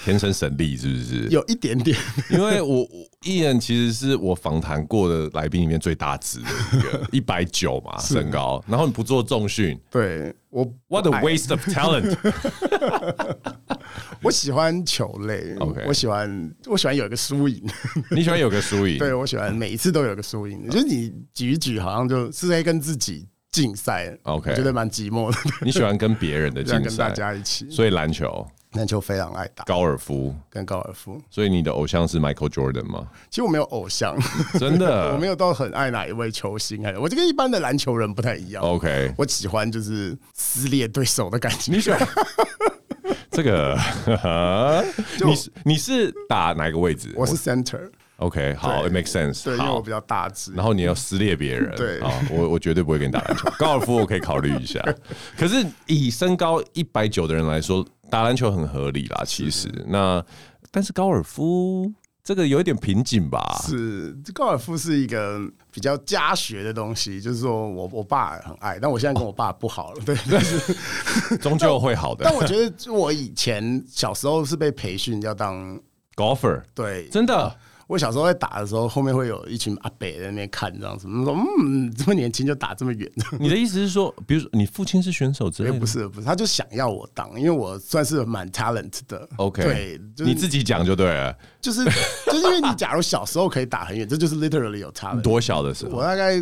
[SPEAKER 1] 天生神力是不是？
[SPEAKER 2] 有一 点点，
[SPEAKER 1] 因为我我艺人其实是我访谈过的来宾里面最大只的一个，一百九嘛身高，然后你不做重训
[SPEAKER 2] 对我
[SPEAKER 1] ，What a waste of talent！
[SPEAKER 2] 我喜欢球类
[SPEAKER 1] OK
[SPEAKER 2] 我喜欢我喜欢有一个 输赢。
[SPEAKER 1] 你喜欢有个输赢？
[SPEAKER 2] 对，我喜欢每一次都有个输赢，就是你举一举，好像就是在跟自己竞赛。
[SPEAKER 1] OK
[SPEAKER 2] 我觉得蛮寂寞的，
[SPEAKER 1] 你喜欢跟别人的
[SPEAKER 2] 这样
[SPEAKER 1] 竞
[SPEAKER 2] 跟大
[SPEAKER 1] 赛，
[SPEAKER 2] 家一起。
[SPEAKER 1] 所以篮球、
[SPEAKER 2] 篮球非常爱打，
[SPEAKER 1] 高尔夫，
[SPEAKER 2] 跟高尔夫。
[SPEAKER 1] 所以你的偶像是 Michael Jordan 吗？
[SPEAKER 2] 其实我没有偶像，
[SPEAKER 1] 真的？
[SPEAKER 2] 我没有到很爱哪一位球星，还是我这跟一般的篮球人不太一样。
[SPEAKER 1] OK，
[SPEAKER 2] 我喜欢就是撕裂对手的感觉。
[SPEAKER 1] 你喜欢 这个？
[SPEAKER 2] 就
[SPEAKER 1] 你是你是打哪个位置？
[SPEAKER 2] 我是 center，
[SPEAKER 1] OK，好
[SPEAKER 2] 对
[SPEAKER 1] ，it makes sense。
[SPEAKER 2] 对，因为
[SPEAKER 1] 好
[SPEAKER 2] 我比较大只。
[SPEAKER 1] 然后你要撕裂别人，
[SPEAKER 2] 对
[SPEAKER 1] 啊、我我绝对不会跟你打篮球， 高尔夫我可以考虑 一下。可是以身高一百九的人来说，打篮球很合理啦，其实那但是高尔夫这个有一点瓶颈吧？
[SPEAKER 2] 是高尔夫是一个比较家学的东西，就是说我我爸很爱，但我现在跟我爸不好 了，对，但是
[SPEAKER 1] 终究会好的
[SPEAKER 2] 但。我觉得我以前小时候是被培训要当
[SPEAKER 1] Golfer
[SPEAKER 2] 对，
[SPEAKER 1] 真的
[SPEAKER 2] 我小时候在打的时候，后面会有一群阿北在那边看这样子，我说嗯，这么年轻就打这么远，
[SPEAKER 1] 你的意思是说，比如说你父亲是选手之类
[SPEAKER 2] 也
[SPEAKER 1] 的？
[SPEAKER 2] 哎不是不是，他就想要我当，因为我算是蛮 talent 的。
[SPEAKER 1] ，OK，
[SPEAKER 2] 对，就是、
[SPEAKER 1] 你自己讲就对了。
[SPEAKER 2] 就是 就是因为你假如小时候可以打很远，这就是 literally 有 talent。
[SPEAKER 1] 多小的时候
[SPEAKER 2] 我？大概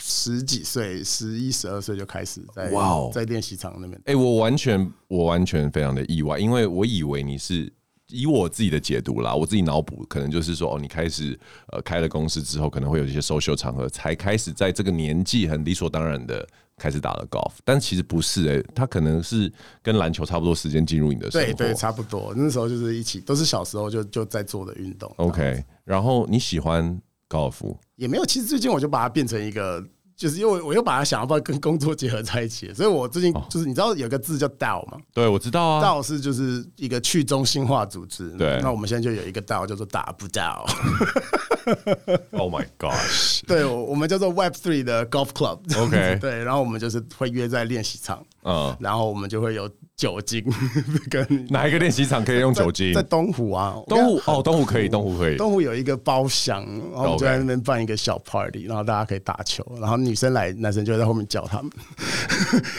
[SPEAKER 2] 十几岁，十一十二岁就开始在
[SPEAKER 1] 哇哦
[SPEAKER 2] 在练习场那边。
[SPEAKER 1] 哎、我完全，我完全非常的意外，因为我以为你是以我自己的解读啦，我自己脑补，可能就是说，哦，你开始呃开了公司之后，可能会有一些 social 场合，才开始在这个年纪很理所当然的开始打了 golf，但其实不是、欸，哎，他可能是跟篮球差不多时间进入你的生活。
[SPEAKER 2] 对对，差不多。那时候就是一起，都是小时候就就在做的运动。
[SPEAKER 1] OK，然后你喜欢高尔夫，
[SPEAKER 2] 也没有。其实最近我就把它变成一个，就是因为我我又把它想要不要跟工作结合在一起，所以我最近
[SPEAKER 1] 哦
[SPEAKER 2] 就是你知道有个字叫 DAO 嘛
[SPEAKER 1] 对我知道啊，
[SPEAKER 2] ，DAO 是就是一个去中心化组织。
[SPEAKER 1] 对
[SPEAKER 2] 那我们现在就有一个 DAO 叫做打不 DAO，
[SPEAKER 1] ，Oh my gosh，
[SPEAKER 2] 对，我我们叫做 Web Three 的 Golf Club。
[SPEAKER 1] OK
[SPEAKER 2] 对，然后我们就是会约在练习场。
[SPEAKER 1] 嗯，
[SPEAKER 2] 然后我们就会有酒精 跟
[SPEAKER 1] 哪一个练习场可以用酒精
[SPEAKER 2] 在？东湖啊，我
[SPEAKER 1] 东湖
[SPEAKER 2] 跟
[SPEAKER 1] 哦，东湖可以，东湖可以。
[SPEAKER 2] 东湖有一个包厢，然后我们就在那边办一个小 party，然后大家可以打球，然后女生来，男生就会在后面叫他们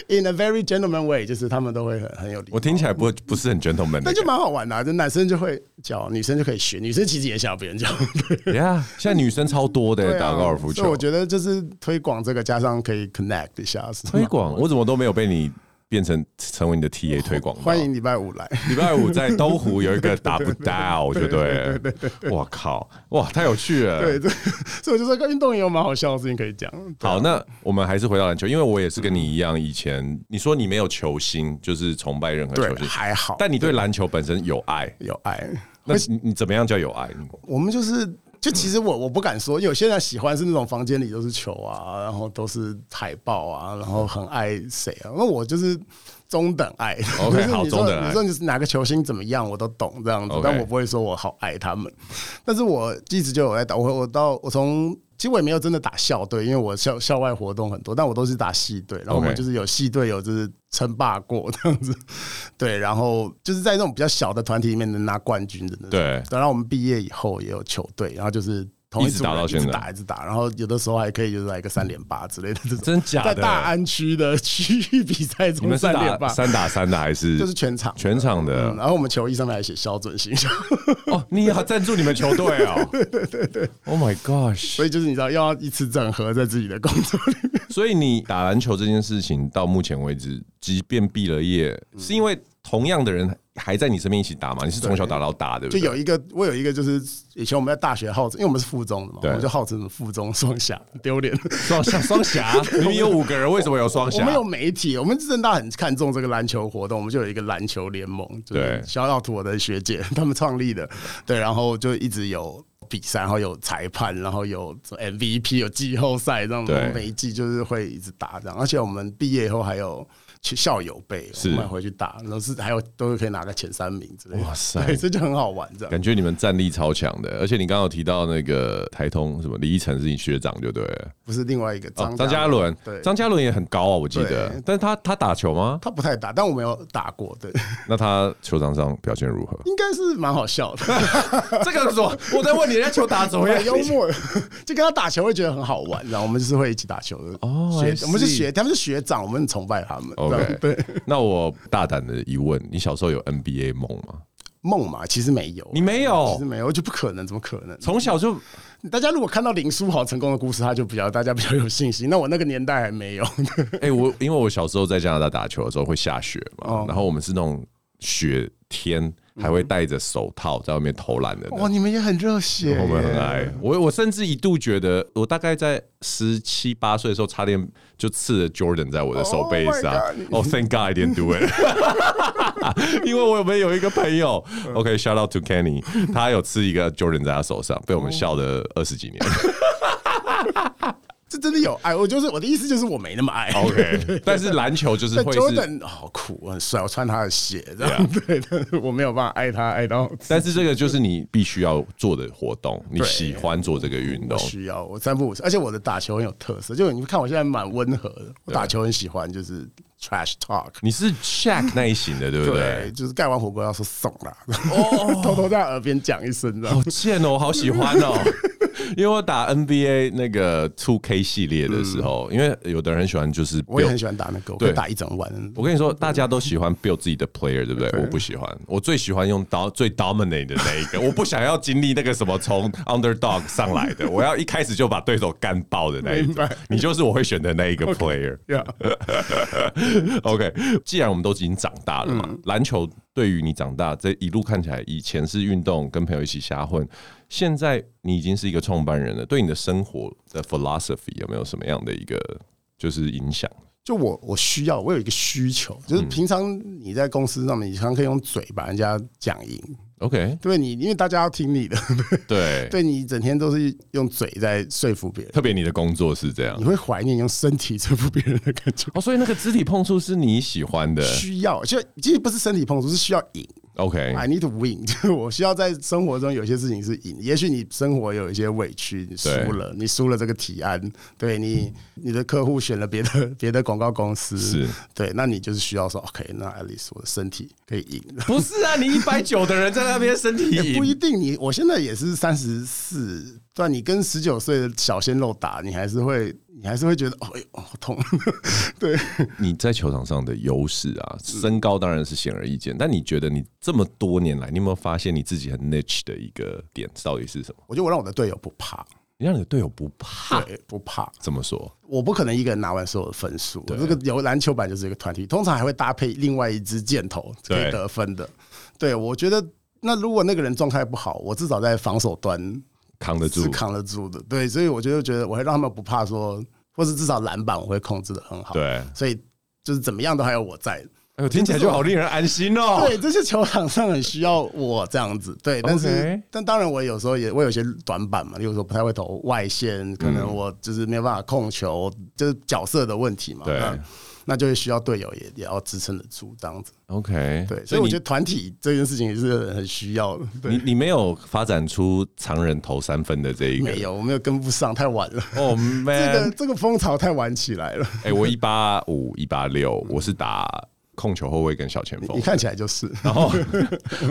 [SPEAKER 2] ，in a very gentleman way，就是他们都会很很有礼貌
[SPEAKER 1] 我。听起来不不是很 gentleman 的
[SPEAKER 2] 那
[SPEAKER 1] 感觉
[SPEAKER 2] 就。蛮好玩的、啊，就男生就会叫，女生就可以学，女生其实也想要别人叫。
[SPEAKER 1] 对呀，现在女生超多的
[SPEAKER 2] 对啊
[SPEAKER 1] 打高尔夫
[SPEAKER 2] 所以
[SPEAKER 1] 球
[SPEAKER 2] 我。觉得就是推广这个，加上可以 connect 一下，是吗
[SPEAKER 1] 推广，我怎么都没有被你变成成为你的 TA 推广到。
[SPEAKER 2] 欢迎礼拜五来。
[SPEAKER 1] 礼拜五在东湖有一个打不到，就 对了。我靠，哇，太有趣了。
[SPEAKER 2] 对对，所以我就说跟运动也有蛮好笑的事情可以讲。
[SPEAKER 1] 好，那我们还是回到篮球，因为我也是跟你一样，以前你说你没有球星，就是崇拜任何
[SPEAKER 2] 对
[SPEAKER 1] 球，星，
[SPEAKER 2] 还好，
[SPEAKER 1] 但你对篮球本身有爱，
[SPEAKER 2] 有爱。
[SPEAKER 1] 那你你怎么样叫有爱？
[SPEAKER 2] 我们就是，就其实我我不敢说，有些人喜欢是那种房间里都是球啊，然后都是海报啊，然后很爱谁啊。那我就是中等爱。
[SPEAKER 1] OK，
[SPEAKER 2] 就是
[SPEAKER 1] 好
[SPEAKER 2] 你
[SPEAKER 1] 中
[SPEAKER 2] 说
[SPEAKER 1] 等爱
[SPEAKER 2] 你说你是哪个球星怎么样，我都懂这样子
[SPEAKER 1] OK
[SPEAKER 2] 但我不会说我好爱他们。但是我一直就有在打，我我到我从。其实我也没有真的打校队，因为我校校外活动很多，但我都是打系队，然后我们
[SPEAKER 1] OK
[SPEAKER 2] 就是有系队友就是称霸过这样子，对，然后就是在那种比较小的团体里面能拿冠军的那种。
[SPEAKER 1] 对
[SPEAKER 2] 然后我们毕业以后也有球队，然后就是同一
[SPEAKER 1] 一直
[SPEAKER 2] 组人
[SPEAKER 1] 打到现在
[SPEAKER 2] 一直打一直打，然后有的时候还可以就是来个三连八之类的这种，
[SPEAKER 1] 真假的
[SPEAKER 2] 在大安区的 区域比赛
[SPEAKER 1] 你
[SPEAKER 2] 中
[SPEAKER 1] 们是
[SPEAKER 2] 三连
[SPEAKER 1] 打
[SPEAKER 2] 八，
[SPEAKER 1] 三打三的还是
[SPEAKER 2] 就是全场
[SPEAKER 1] 全场
[SPEAKER 2] 嗯，
[SPEAKER 1] 的？
[SPEAKER 2] 然后我们球衣上面还写肖准行销，
[SPEAKER 1] 哦，你要赞助你们球队哦？对对对 Oh my gosh！
[SPEAKER 2] 所以就是你知道要一次整合在自己的工作里面。
[SPEAKER 1] 所以你打篮球这件事情到目前为止，即便毕了业，是因为同样的人还在你身边一起打嘛？你是从小打到大，对不
[SPEAKER 2] 就
[SPEAKER 1] 对？
[SPEAKER 2] 有一个，我有一个，就是以前我们在大学号称，因为我们是附中的嘛，我
[SPEAKER 1] 对
[SPEAKER 2] 们就号称附中双侠，丢脸。
[SPEAKER 1] 双双双侠， 明明有五个人，为什么有双
[SPEAKER 2] 我
[SPEAKER 1] 侠
[SPEAKER 2] 们？有媒体，我们正大很看重这个篮球活动，我们就有一个篮球联盟，就是
[SPEAKER 1] 对
[SPEAKER 2] 肖耀图我的学姐他们创立的，对，然后就一直有比赛，然后有裁判，然后有 MVP，有季后赛，这样
[SPEAKER 1] 对
[SPEAKER 2] 每一季就是会一直打这样，而且我们毕业以后还有。去校友杯，
[SPEAKER 1] 是
[SPEAKER 2] 我们还回去打，然后是还有都是可以拿个前三名之类的，
[SPEAKER 1] 哇塞
[SPEAKER 2] 对，这就很好玩，这样
[SPEAKER 1] 感觉你们战力超强的，而且你刚刚有提到那个台通什么李一成是你学长就对了，
[SPEAKER 2] 不是另外一个
[SPEAKER 1] 哦
[SPEAKER 2] 张
[SPEAKER 1] 张嘉伦，
[SPEAKER 2] 对，
[SPEAKER 1] 张嘉伦也很高啊，我记得
[SPEAKER 2] 对，
[SPEAKER 1] 但是他他打球吗？
[SPEAKER 2] 他不太打，但我没有打过，对，
[SPEAKER 1] 那他球场上表现如何？
[SPEAKER 2] 应该是蛮好笑的。
[SPEAKER 1] 这个是我我在问你，人家球打怎么样
[SPEAKER 2] 很？幽默，就跟他打球会觉得很好玩，然后我们就是会一起打球的。
[SPEAKER 1] 哦
[SPEAKER 2] 学
[SPEAKER 1] I see
[SPEAKER 2] 我们是学，他们是学长，我们很崇拜他们。这
[SPEAKER 1] OK，
[SPEAKER 2] 样对，
[SPEAKER 1] 那我大胆的疑问，你小时候有 NBA 梦吗？
[SPEAKER 2] 梦嘛，其实没有，
[SPEAKER 1] 你没有
[SPEAKER 2] 其实没有，就不可能，怎么可能？
[SPEAKER 1] 从小就
[SPEAKER 2] 大家如果看到林书豪成功的故事，他就比较大家比较有信心。那我那个年代还没 有，
[SPEAKER 1] 哎、我因为我小时候在加拿大打球的时候会下雪嘛，
[SPEAKER 2] 哦嗯
[SPEAKER 1] 然后我们是那种雪天，还会戴着手套在外面投篮的那
[SPEAKER 2] 哇，
[SPEAKER 1] 种。
[SPEAKER 2] 你们也很热血耶，
[SPEAKER 1] 我们很爱我，我甚至一度觉得，我大概在十七八岁的时候，差点就刺了 Jordan 在我的手背上
[SPEAKER 2] Oh my。
[SPEAKER 1] 哦、t h a n k God I didn't do it，因为 我们有一个朋友，OK，shout、out to
[SPEAKER 2] 嗯
[SPEAKER 1] Kenny，他有刺一个 Jordan 在他手上，被我们笑了二十几 年。
[SPEAKER 2] 这真的有哎爱。我就是我的意思就是我没那么爱。
[SPEAKER 1] OK，但 是篮球就是
[SPEAKER 2] 但
[SPEAKER 1] 会是
[SPEAKER 2] Jordan 哦好苦，很帅，我穿他的鞋，这样对，但是我没有办法爱他爱到
[SPEAKER 1] 但是这个就是你必须要做的活动，你
[SPEAKER 2] 对
[SPEAKER 1] 喜欢做这个运动
[SPEAKER 2] 我。需要，我三不五时，而且我的打球很有特色，就你们看我现在蛮温和的，我打球很喜欢就是 trash talk。
[SPEAKER 1] 你是 Shaq 那一型的，对不
[SPEAKER 2] 对，
[SPEAKER 1] 对？
[SPEAKER 2] 就是盖完火锅要说送啦， 偷偷在耳边讲一声，这样
[SPEAKER 1] 好贱哦，我好喜欢 哦。因为我打 NBA 那个 Two K 系列的时候，因为有的人很喜欢就是
[SPEAKER 2] 嗯我也
[SPEAKER 1] build
[SPEAKER 2] 很喜欢打那个，我可以
[SPEAKER 1] 对
[SPEAKER 2] 打一整晚。
[SPEAKER 1] 我跟你说，大家都喜欢 build 自己的 player，对不对？我不喜欢，我最喜欢用 d 最 dominate 的那一 个，我不想要经历那个什么从 underdog 上来的，我要一开始就把对手干爆的那一
[SPEAKER 2] 明
[SPEAKER 1] 种
[SPEAKER 2] 白。
[SPEAKER 1] 你就是我会选的那一个 player。
[SPEAKER 2] Yeah，
[SPEAKER 1] OK，既然我们都已经长大了嘛，篮球对于你长大这一路看起来，以前是运动，跟朋友一起瞎混，现在你已经是一个创办人了，对你的生活的 philosophy 有没有什么样的一个就是影响？
[SPEAKER 2] 就我我需要，我有一个需求，就是
[SPEAKER 1] 嗯
[SPEAKER 2] 平常你在公司上面，你常常可以用嘴把人家讲赢，
[SPEAKER 1] OK，
[SPEAKER 2] 对你，因为大家要听你的，
[SPEAKER 1] 对，
[SPEAKER 2] 对你整天都是用嘴在说服别人，
[SPEAKER 1] 特别你的工作是这样
[SPEAKER 2] 你会怀念用身体说服别人的感觉。
[SPEAKER 1] 哦，所以那个肢体碰触是你喜欢的
[SPEAKER 2] 需要，就其实不是身体碰触，是需要赢。
[SPEAKER 1] OK，
[SPEAKER 2] I need to win，就是 我需要在生活中有些事情是赢。也许你生活有一些委屈，你输了，你输了这个提案，对你你的客户选了别的 别的广告公司，
[SPEAKER 1] 嗯是
[SPEAKER 2] 对，那你就是需要说 OK，那 at least 我的身体可以 赢。
[SPEAKER 1] 不是啊？你一百九的人在那边身体
[SPEAKER 2] 也不一
[SPEAKER 1] 赢，
[SPEAKER 2] 定，你我现在也是三十四，但你跟十九岁的小鲜肉打，你还是会，你还是会觉得，哦，哎呦，好痛。 对，
[SPEAKER 1] 你在球场上的优势啊，
[SPEAKER 2] 嗯
[SPEAKER 1] 身高当然是显而易见，但你觉得你这么多年来，你有没有发现你自己很 niche 的一个点到底是什么？
[SPEAKER 2] 我觉得我让我的队友不怕，
[SPEAKER 1] 你让你的队友不怕，
[SPEAKER 2] 对，不怕。
[SPEAKER 1] 怎么说？
[SPEAKER 2] 我不可能一个人拿完所有的分数。这个有篮球版就是一个团体，通常还会搭配另外一支箭头可
[SPEAKER 1] 对
[SPEAKER 2] 以得分的。对，我觉得那如果那个人状态不好，我至少在防守端
[SPEAKER 1] 扛得
[SPEAKER 2] 是
[SPEAKER 1] 住？
[SPEAKER 2] 扛得住的。对，所以我就觉得我会让他们不怕说，或是至少篮板我会控制的很好。，
[SPEAKER 1] 对，
[SPEAKER 2] 所以就是怎么样都还有我在。
[SPEAKER 1] 哎呦，听起来就好令人安心哦。
[SPEAKER 2] 对，这些球场上很需要我这样子。对，但是
[SPEAKER 1] OK
[SPEAKER 2] 但当然我有时候也我有些短板嘛，例如说不太会投外线，可
[SPEAKER 1] 嗯
[SPEAKER 2] 能我就是没有办法控球，就是角色的问题嘛。
[SPEAKER 1] 对
[SPEAKER 2] 那那就会需要队友也也要支撑得住这样子。
[SPEAKER 1] ，OK，
[SPEAKER 2] 对，所以我觉得团体这件事情也是很需要的。
[SPEAKER 1] 你
[SPEAKER 2] 对，
[SPEAKER 1] 你没有发展出常人投三分的这一个，
[SPEAKER 2] 没有，我没有跟不上，太晚了。
[SPEAKER 1] 哦、m
[SPEAKER 2] 这
[SPEAKER 1] a
[SPEAKER 2] 个
[SPEAKER 1] n
[SPEAKER 2] 这个风潮太晚起来了，
[SPEAKER 1] 哎、我一八五一八六，我是打控球后卫跟小前锋
[SPEAKER 2] 你。看起来就是。
[SPEAKER 1] 然后哦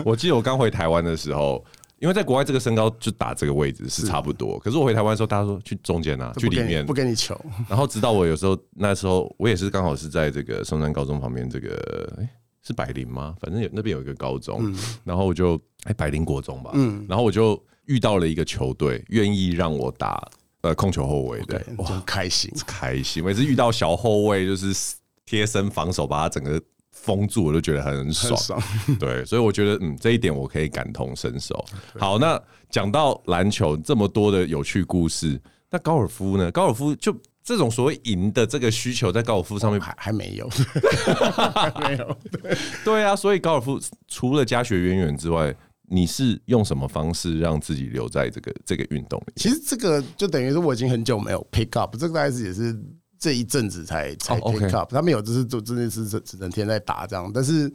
[SPEAKER 1] 我记得我刚回台湾的时候，因为在国外这个身高就打这个位置是差不多，可是我回台湾的时候，大家说去中间啊，去
[SPEAKER 2] 不
[SPEAKER 1] 里
[SPEAKER 2] 给你
[SPEAKER 1] 面
[SPEAKER 2] 不。给你球，
[SPEAKER 1] 然后直到我有时候那时候我也是刚好是在这个松山高中旁边这个。哎是百灵吗？反正有那边有一个高中，
[SPEAKER 2] 嗯
[SPEAKER 1] 然后我就哎百灵国中吧，然后我就遇到了一个球队愿意让我打呃控球后卫的，
[SPEAKER 2] 对，就很开心。
[SPEAKER 1] 开心。每次遇到小后卫，就是贴身防守，把他整个封住，我都觉得很爽。
[SPEAKER 2] 很爽
[SPEAKER 1] 对，所以我觉得，嗯，这一点我可以感同身受。好，那讲到篮球这么多的有趣故事，那高尔夫呢？高尔夫就这种所谓赢的这个需求，在高尔夫上面，
[SPEAKER 2] 还还没有，还 没有。对
[SPEAKER 1] 对啊，所以高尔夫除了家学渊源之外。你是用什么方式让自己留在这个这个运动里？
[SPEAKER 2] 其实这个就等于是我已经很久没有 pick up，这个大概是也是这一阵子才才
[SPEAKER 1] 哦，OK
[SPEAKER 2] pick up。他们有就是就真的是整整天在打这样，但是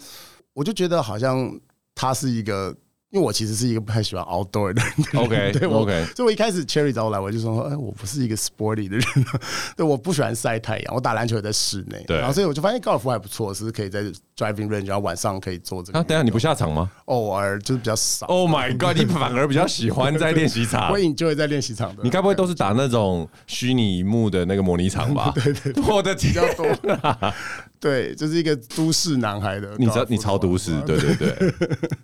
[SPEAKER 2] 我就觉得好像他是一个。因为我其实是一个不太喜欢 outdoor 的人
[SPEAKER 1] OK，
[SPEAKER 2] 对我
[SPEAKER 1] OK
[SPEAKER 2] 所以我一开始 Cherry 找我来，我就说，哎，我不是一个 sporty 的人， 对，我不喜欢晒太阳，我打篮球也在室内，
[SPEAKER 1] 对
[SPEAKER 2] 然后所以我就发现高尔夫还不错，是可以在 driving range，然后晚上可以做这个
[SPEAKER 1] 啊，
[SPEAKER 2] 运动，
[SPEAKER 1] 等一下你不下场吗
[SPEAKER 2] 偶尔就是比较少，
[SPEAKER 1] ？Oh my god！你反而比较喜欢在练习场，
[SPEAKER 2] 我 enjoy 在练习场的，
[SPEAKER 1] 你该不会都是打那种虚拟幕的那个模拟场 吧？对对我的
[SPEAKER 2] 比
[SPEAKER 1] 天！
[SPEAKER 2] 较多。 对，就是一个都市男孩的高尔夫球，
[SPEAKER 1] 你知道你超都市，对对对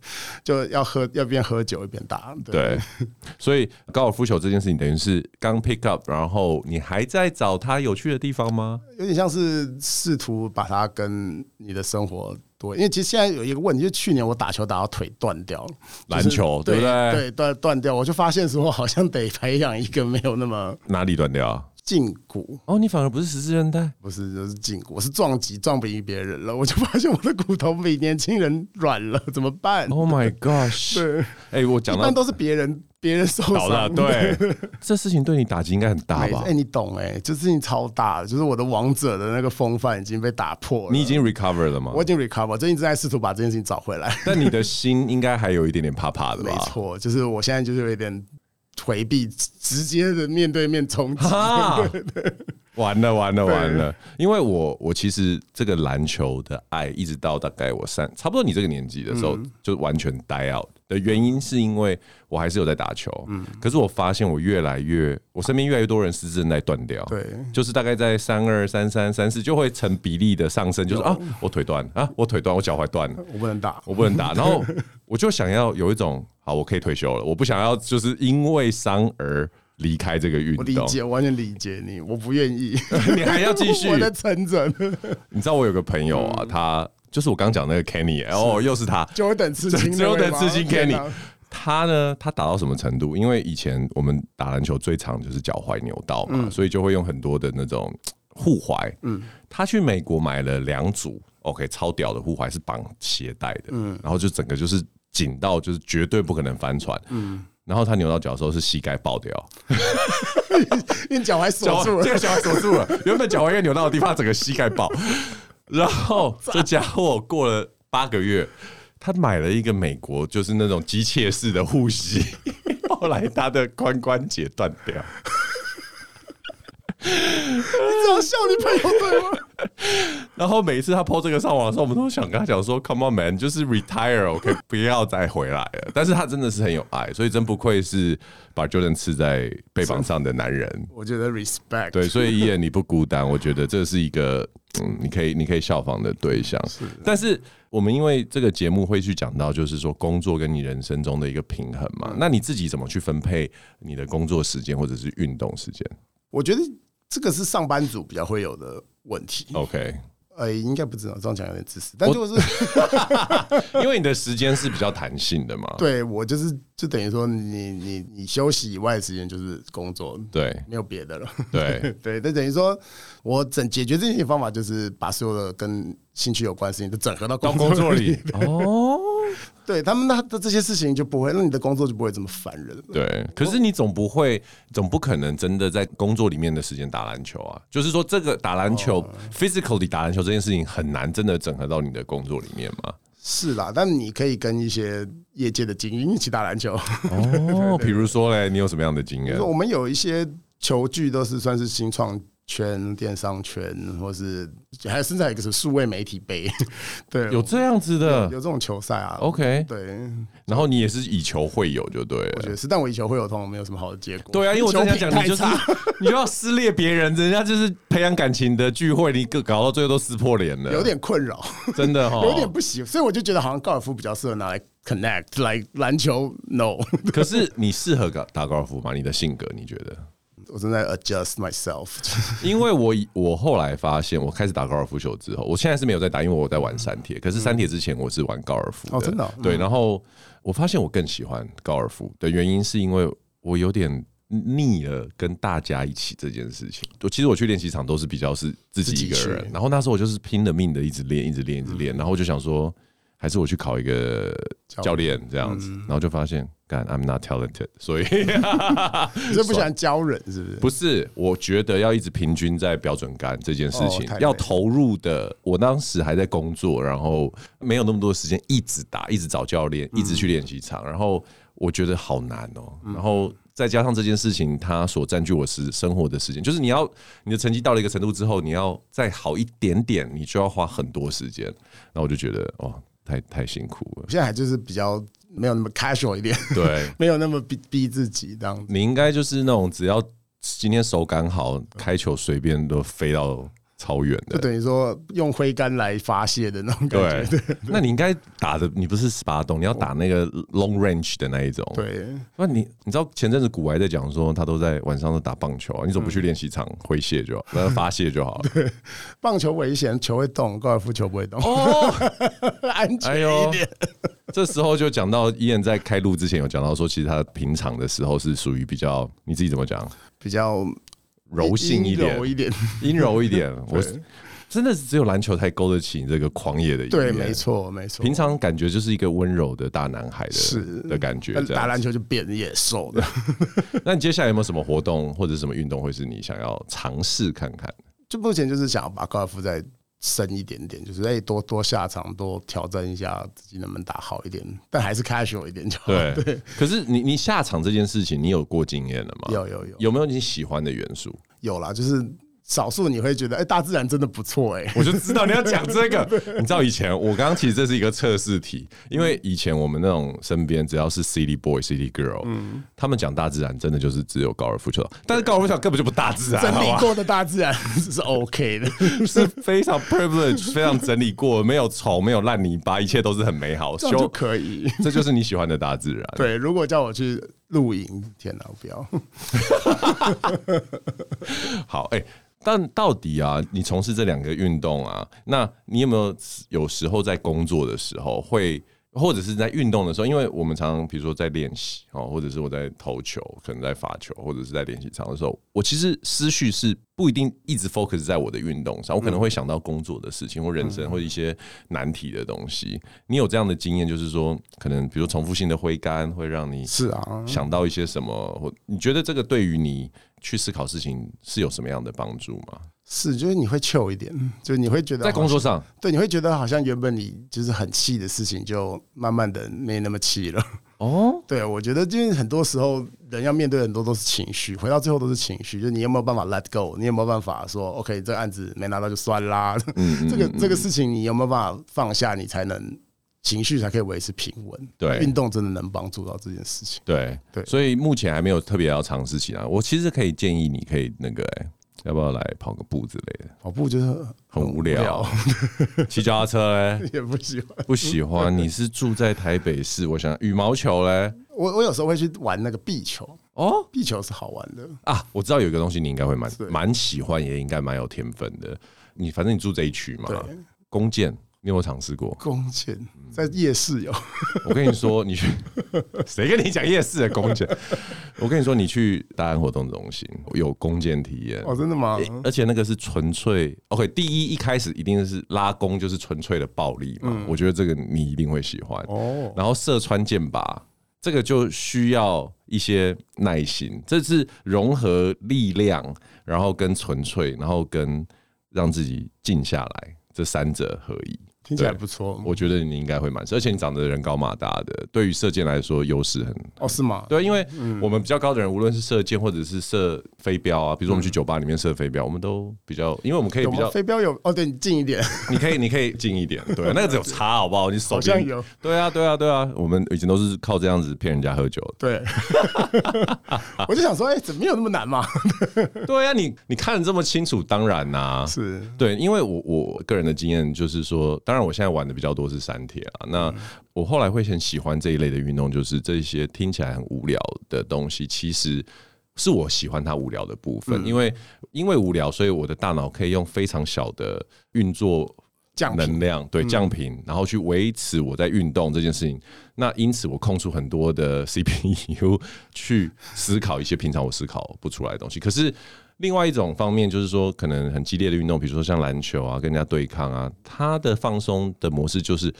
[SPEAKER 2] 就要喝，要边喝酒一边打。
[SPEAKER 1] 对， 所以高尔夫球这件事情等于是刚 pick up，然后你还在找它有趣的地方吗？
[SPEAKER 2] 有点像是试图把它跟你的生活多，因为其实现在有一个问题，就是去年我打球打到腿断掉了，
[SPEAKER 1] 篮球
[SPEAKER 2] 就
[SPEAKER 1] 对不
[SPEAKER 2] 是
[SPEAKER 1] 对
[SPEAKER 2] 对？断断掉，我就发现说好像得培养一个没有那么
[SPEAKER 1] 哪里断掉啊？
[SPEAKER 2] 胫骨。
[SPEAKER 1] 哦，你反而不是十字韧带，
[SPEAKER 2] 不是，就是胫骨，我是撞击撞不赢别人了，我就发现我的骨头比年轻人软了，怎么办？
[SPEAKER 1] Oh my gosh！
[SPEAKER 2] 对，
[SPEAKER 1] 哎、我
[SPEAKER 2] 一
[SPEAKER 1] 讲到
[SPEAKER 2] 般都是别人别人受
[SPEAKER 1] 倒了，
[SPEAKER 2] 伤，
[SPEAKER 1] 对， 这事情对你打击应该很大
[SPEAKER 2] 没事
[SPEAKER 1] 吧
[SPEAKER 2] 哎、？你懂哎、这事情超大的，就是我的王者的那个风范已经被打破了。
[SPEAKER 1] 你已经 recover 了吗？
[SPEAKER 2] 我已经 recover，最近正在试图把这件事情找回来。
[SPEAKER 1] 但你的心应该还有一点点怕怕的吧？
[SPEAKER 2] 没错，就是我现在就是有一点回避，直直接的面对面冲击。
[SPEAKER 1] 啊！ 完了完了完了！因为我我其实这个篮球的爱，一直到大概我三差不多你这个年纪的时
[SPEAKER 2] 嗯
[SPEAKER 1] 候，就完全 die out 的原因，是因为我还是有在打球，
[SPEAKER 2] 嗯
[SPEAKER 1] 可是我发现我越来越，我身边越来越多人是正在断掉，
[SPEAKER 2] 对
[SPEAKER 1] 就是大概在三二三三三四就会成比例的上升，就是啊，我腿断啊，我腿断，我脚踝断了，
[SPEAKER 2] 我不能打，
[SPEAKER 1] 我不能打， 然后我就想要有一种好，我可以退休了，我不想要就是因为伤而离开这个运
[SPEAKER 2] 我理
[SPEAKER 1] 动。
[SPEAKER 2] 解，我完全理解你，我不愿意。
[SPEAKER 1] 你还要继续
[SPEAKER 2] 我在成长，
[SPEAKER 1] 你知道我有个朋友啊，他就是我刚讲那个 Kenny，哦，又是他，
[SPEAKER 2] 就会等刺青，
[SPEAKER 1] 只有等刺青
[SPEAKER 2] 天
[SPEAKER 1] Kenny
[SPEAKER 2] 哪。
[SPEAKER 1] 他呢，他打到什么程度？因为以前我们打篮球最常就是脚踝扭到嘛，所以就会用很多的那种护踝。嗯，他去美国买了两组 OK 超屌的护踝，是绑鞋带的，嗯，然后就整个就是紧到就是绝对不可能翻船，嗯。然后他扭到脚的时候是膝盖爆掉，
[SPEAKER 2] 因为脚踝
[SPEAKER 1] 脚
[SPEAKER 2] 锁住
[SPEAKER 1] 这
[SPEAKER 2] 了
[SPEAKER 1] 个。脚踝锁住了，原本脚踝要扭到的地方，整个膝盖爆。然后这家伙过了八个月，他买了一个美国就是那种机械式的护膝， 后来他的髋关节断掉。
[SPEAKER 2] 这样笑你朋友对吗？
[SPEAKER 1] 然后每一次他 PO 这个上网的时候，我们都想跟他讲说，Come on man，就是 retire，OK，、不 要再回来了。但是他真的是很有爱，所以真不愧是把 Jordan 刺在背膀上的男人。
[SPEAKER 2] 我觉得 respect。
[SPEAKER 1] 对，所 以伊人你不孤单，我觉得这是一个嗯，你可以你可以效仿的对象。但是啊我们因为这个节目会去讲到，就是说工作跟你人生中的一个平衡嘛。那你自己怎么去分配你的工作时间或者是运动时 间
[SPEAKER 2] 我觉得这个是上班族比较会有的问题。
[SPEAKER 1] ？OK，
[SPEAKER 2] 呃，应该不知道，这样讲有点自私，但就是
[SPEAKER 1] 因为你的时间是比较弹性的嘛。
[SPEAKER 2] 对我就是就等于说你你你休息以外的时间就是工作，
[SPEAKER 1] 对
[SPEAKER 2] 没有别的了。
[SPEAKER 1] 对
[SPEAKER 2] 对，那等于说我整解决这件事情的方法就是把所有的跟兴趣有关的事情都整合到
[SPEAKER 1] 到
[SPEAKER 2] 工
[SPEAKER 1] 工作里哦。
[SPEAKER 2] 对他们那的这些事情就不会，那你的工作就不会这么烦人了。
[SPEAKER 1] 对，可是你总不会，总不可能真的在工作里面的时间打篮球啊。就是说，这个打篮球、physically 打篮球这件事情很难真的整合到你的工作里面嘛。
[SPEAKER 2] 是啦，但你可以跟一些业界的精英一起打篮球。
[SPEAKER 1] 哦，比如说嘞，你有什么样的经验
[SPEAKER 2] 就是？我们有一些球具都是算是新创圈、电商圈，或是还有甚至还有一个是数位媒体杯， 对，
[SPEAKER 1] 有这样子
[SPEAKER 2] 有
[SPEAKER 1] 的
[SPEAKER 2] 这种球赛啊。
[SPEAKER 1] ，OK。
[SPEAKER 2] 对，
[SPEAKER 1] 然后你也是以球会友就对
[SPEAKER 2] 我
[SPEAKER 1] 了。
[SPEAKER 2] 觉得是，但我以球会有通常没有什么好的结果。
[SPEAKER 1] 对啊，因为我正想
[SPEAKER 2] 球
[SPEAKER 1] 讲，
[SPEAKER 2] 品
[SPEAKER 1] 你就是
[SPEAKER 2] 太差
[SPEAKER 1] 你就要撕裂别人，人家就是培养感情的聚会，你搞搞到最后都撕破脸了，
[SPEAKER 2] 有点困扰，
[SPEAKER 1] 真的哈，
[SPEAKER 2] 有点不喜，所以我就觉得好像高尔夫比较适合拿来 connect，来篮球 no。
[SPEAKER 1] 可是你适合打打高尔夫吗？你的性格你觉得？
[SPEAKER 2] 我正在 adjust myself，
[SPEAKER 1] 因为我以我后来发现，我开始打高尔夫球之后，我现在是没有在打，因为我在玩三铁。可是三铁之前我是玩高尔夫
[SPEAKER 2] 嗯哦真的哦
[SPEAKER 1] 对。然后我发现我更喜欢高尔夫的原因，是因为我有点腻了跟大家一起这件事情。我其实我去练习场都是比较是自己一个
[SPEAKER 2] 自己
[SPEAKER 1] 人
[SPEAKER 2] 去，
[SPEAKER 1] 然后那时候我就是拼了命的一直练，一直练，一直
[SPEAKER 2] 嗯
[SPEAKER 1] 练，然后我就想说，还是我去考一个教练这样
[SPEAKER 2] 嗯
[SPEAKER 1] 子，然后就发现，干，I'm not talented，所以
[SPEAKER 2] 你是不喜欢教人是不是？
[SPEAKER 1] 不是，我觉得要一直平均在标准杆这件事情
[SPEAKER 2] 哦太，累
[SPEAKER 1] 要投入的。我当时还在工作，然后没有那么多时间一直打，一直找教练，
[SPEAKER 2] 嗯
[SPEAKER 1] 一直去练习场，然后我觉得好难哦、然后再加上这件事情，它所占据我时生活的时间，就是你要你的成绩到了一个程度之后，你要再好一点点，你就要花很多时间。然后我就觉得，哇，太太辛苦了
[SPEAKER 2] 我。现在还就是比较没有那么 casual 一点，
[SPEAKER 1] 对，
[SPEAKER 2] 没有那么逼逼自己这样子。
[SPEAKER 1] 你应该就是那种只要今天手感好，开球随便都飞到超远
[SPEAKER 2] 就
[SPEAKER 1] 的。
[SPEAKER 2] 等于说用挥杆来发泄的那种感觉。
[SPEAKER 1] 对，那你应该打的你不是十八洞，你要打那个 long range 的那一种。，
[SPEAKER 2] 对，
[SPEAKER 1] 那你你知道前阵子古还在讲说他都在晚上都打棒球啊，你怎么不
[SPEAKER 2] 嗯
[SPEAKER 1] 去练习场挥泄就好，那发泄就好了？
[SPEAKER 2] 棒球危险，球会动，高尔夫球不会动，
[SPEAKER 1] 哦，
[SPEAKER 2] 安
[SPEAKER 1] 哎
[SPEAKER 2] 全
[SPEAKER 1] 呦
[SPEAKER 2] 一点。，
[SPEAKER 1] 这时候就讲到伊人在开录之前有讲到说，其实他平常的时候是属于比较你自己怎么讲
[SPEAKER 2] 比较
[SPEAKER 1] 柔性一点
[SPEAKER 2] 阴柔，一点。
[SPEAKER 1] 阴柔一 点。我真的是只有篮球才勾得起你这个狂野的一面。
[SPEAKER 2] 对，没。错，没错。
[SPEAKER 1] 平常感觉就是一个温柔的大男孩的
[SPEAKER 2] 是
[SPEAKER 1] 的感觉
[SPEAKER 2] 那，
[SPEAKER 1] 这
[SPEAKER 2] 打
[SPEAKER 1] 样
[SPEAKER 2] 篮
[SPEAKER 1] 子。
[SPEAKER 2] 球就变野兽 的，
[SPEAKER 1] 那你接下来有没有什么活动或者什么运动会是你想要尝试看 看？
[SPEAKER 2] 就目前就是想要把高尔夫再深一点点，就是哎、多多下场，多挑战一下自己能不能打好一点，但还是 casual 一点就好。
[SPEAKER 1] 对。可是你你下场这件事情，你有过经验了吗？
[SPEAKER 2] 有有有
[SPEAKER 1] 有没有你喜欢的元 素？
[SPEAKER 2] 有啦，就是少数你会觉得哎、大自然真的不错哎、
[SPEAKER 1] 我就知道你要讲这个。你知道以前我刚刚其实这是一个测试题，
[SPEAKER 2] 嗯
[SPEAKER 1] 因为以前我们那种身边只要是 city boy、city girl，他
[SPEAKER 2] 嗯
[SPEAKER 1] 们讲大自然真的就是只有高尔夫球，但是高尔夫球根本就不大自然，
[SPEAKER 2] 整
[SPEAKER 1] 好
[SPEAKER 2] 理
[SPEAKER 1] 吧
[SPEAKER 2] 过的大自然是 OK 的。
[SPEAKER 1] 是非常 privilege、非常整理过，没有虫，没有烂泥巴，一切都是很美好。
[SPEAKER 2] 这样就可以。
[SPEAKER 1] 这就是你喜欢的啊大自然。
[SPEAKER 2] 对，如果叫我去露营，天哪，我不要！
[SPEAKER 1] 好，哎、但到底啊，你从事这两个运动啊，那你有没有有时候在工作的时候会，或者是在运动的时候，因为我们常常比如说在练习哦，或者是我在投球，可能在罚球，或者是在练习场的时候，我其实思绪是不一定一直 focus 在我的运动上，我可能会想到工作的事情或人生或一些难题的东西。你有这样的经验，就是说，可能比如重复性的挥杆会让你
[SPEAKER 2] 是啊，
[SPEAKER 1] 想到一些什么？或你觉得这个对于你去思考事情是有什么样的帮助吗？
[SPEAKER 2] 是，就是你会 chill 一点，就是你会觉得
[SPEAKER 1] 在工
[SPEAKER 2] 好
[SPEAKER 1] 作上，
[SPEAKER 2] 像，对，你啊会觉得好像原本你就是很气的事情，就慢慢的没那么气了。
[SPEAKER 1] 哦，
[SPEAKER 2] 对，我觉得因为很多时候人要面对很多都是情绪，回到最后都是情绪，就是你有没有办法 let go，你有没有办法说 OK，这个案子没拿到就算啦， 这个这个事情你有没有办法放下，你才能情绪才可以维持平稳。
[SPEAKER 1] 对
[SPEAKER 2] 运动真的能帮助到这件事情。
[SPEAKER 1] 对
[SPEAKER 2] 对
[SPEAKER 1] 所以目前还没有特别要尝试起来。我其实可以建议你可以那个、欸，要不要来跑个步之类的？
[SPEAKER 2] 跑步就是
[SPEAKER 1] 很无聊， 骑脚踏车嘞、
[SPEAKER 2] 也不喜欢。
[SPEAKER 1] 不喜欢。你是住在台北市，我想羽毛球嘞。
[SPEAKER 2] 我我有时候会去玩那个壁球，
[SPEAKER 1] 哦
[SPEAKER 2] 壁球是好玩的。
[SPEAKER 1] 啊，我知道有一个东西你应该会蛮
[SPEAKER 2] 是
[SPEAKER 1] 蛮喜欢，也应该蛮有天分的。你反正你住这一区嘛
[SPEAKER 2] 对，？
[SPEAKER 1] 弓箭你有没有尝试过
[SPEAKER 2] 弓箭在夜市有，
[SPEAKER 1] 我跟你说，你去谁跟你讲夜市的弓箭？ 我跟你说，你去大安活动中心有弓箭体验
[SPEAKER 2] 哦，真的吗？
[SPEAKER 1] 欸而且那个是纯粹哦 OK，第一一开始一定是拉弓，就是纯粹的暴力嘛。我觉得这个你一定会喜欢。
[SPEAKER 2] 嗯哦
[SPEAKER 1] 然后射穿箭靶，这个就需要一些耐心，这是融合力量，然后跟纯粹，然后跟让自己静下来，这三者合一。
[SPEAKER 2] 听起来
[SPEAKER 1] 对
[SPEAKER 2] 不错。
[SPEAKER 1] 我觉得你应该会蛮适合，而且你长得人高马大的，对于射箭来说优势很
[SPEAKER 2] 哦，是吗？
[SPEAKER 1] 对，因为
[SPEAKER 2] 嗯
[SPEAKER 1] 我们比较高的人，无论是射箭或者是射飞镖啊，比如说我们去酒吧里面射飞镖，我们都比较，因为我们可以
[SPEAKER 2] 嗯有
[SPEAKER 1] 比
[SPEAKER 2] 吗？
[SPEAKER 1] 较，
[SPEAKER 2] 飞镖有哦，对你近一点。
[SPEAKER 1] 你可以你可以近一点，对，啊那个只有差好不好？你手
[SPEAKER 2] 好像
[SPEAKER 1] 边
[SPEAKER 2] 有，
[SPEAKER 1] 对啊对啊对啊，我们以前都是靠这样子骗人家喝酒 的，
[SPEAKER 2] 对，我就想说，哎、怎么没有那么难 嘛？
[SPEAKER 1] 对啊，你你看得这么清楚，当然啊啦、
[SPEAKER 2] 是
[SPEAKER 1] 对，因为我我个人的经验就是说，当然我现在玩的比较多是山铁啊。那我后来会很喜欢这一类的运动，就是这些听起来很无聊的东西，其实是我喜欢它无聊的部分。因为因为无聊，所以我的大脑可以用非常小的运作
[SPEAKER 2] 降频嗯
[SPEAKER 1] 能量，对降频，然后去维持我在运动这件事情。那因此我空出很多的 CPU 去思考一些平常我思考不出来的东西。可是另外一种方面就是说，可能很激烈的运动，比如说像篮球啊，跟人家对抗啊，它的放松的模式就是。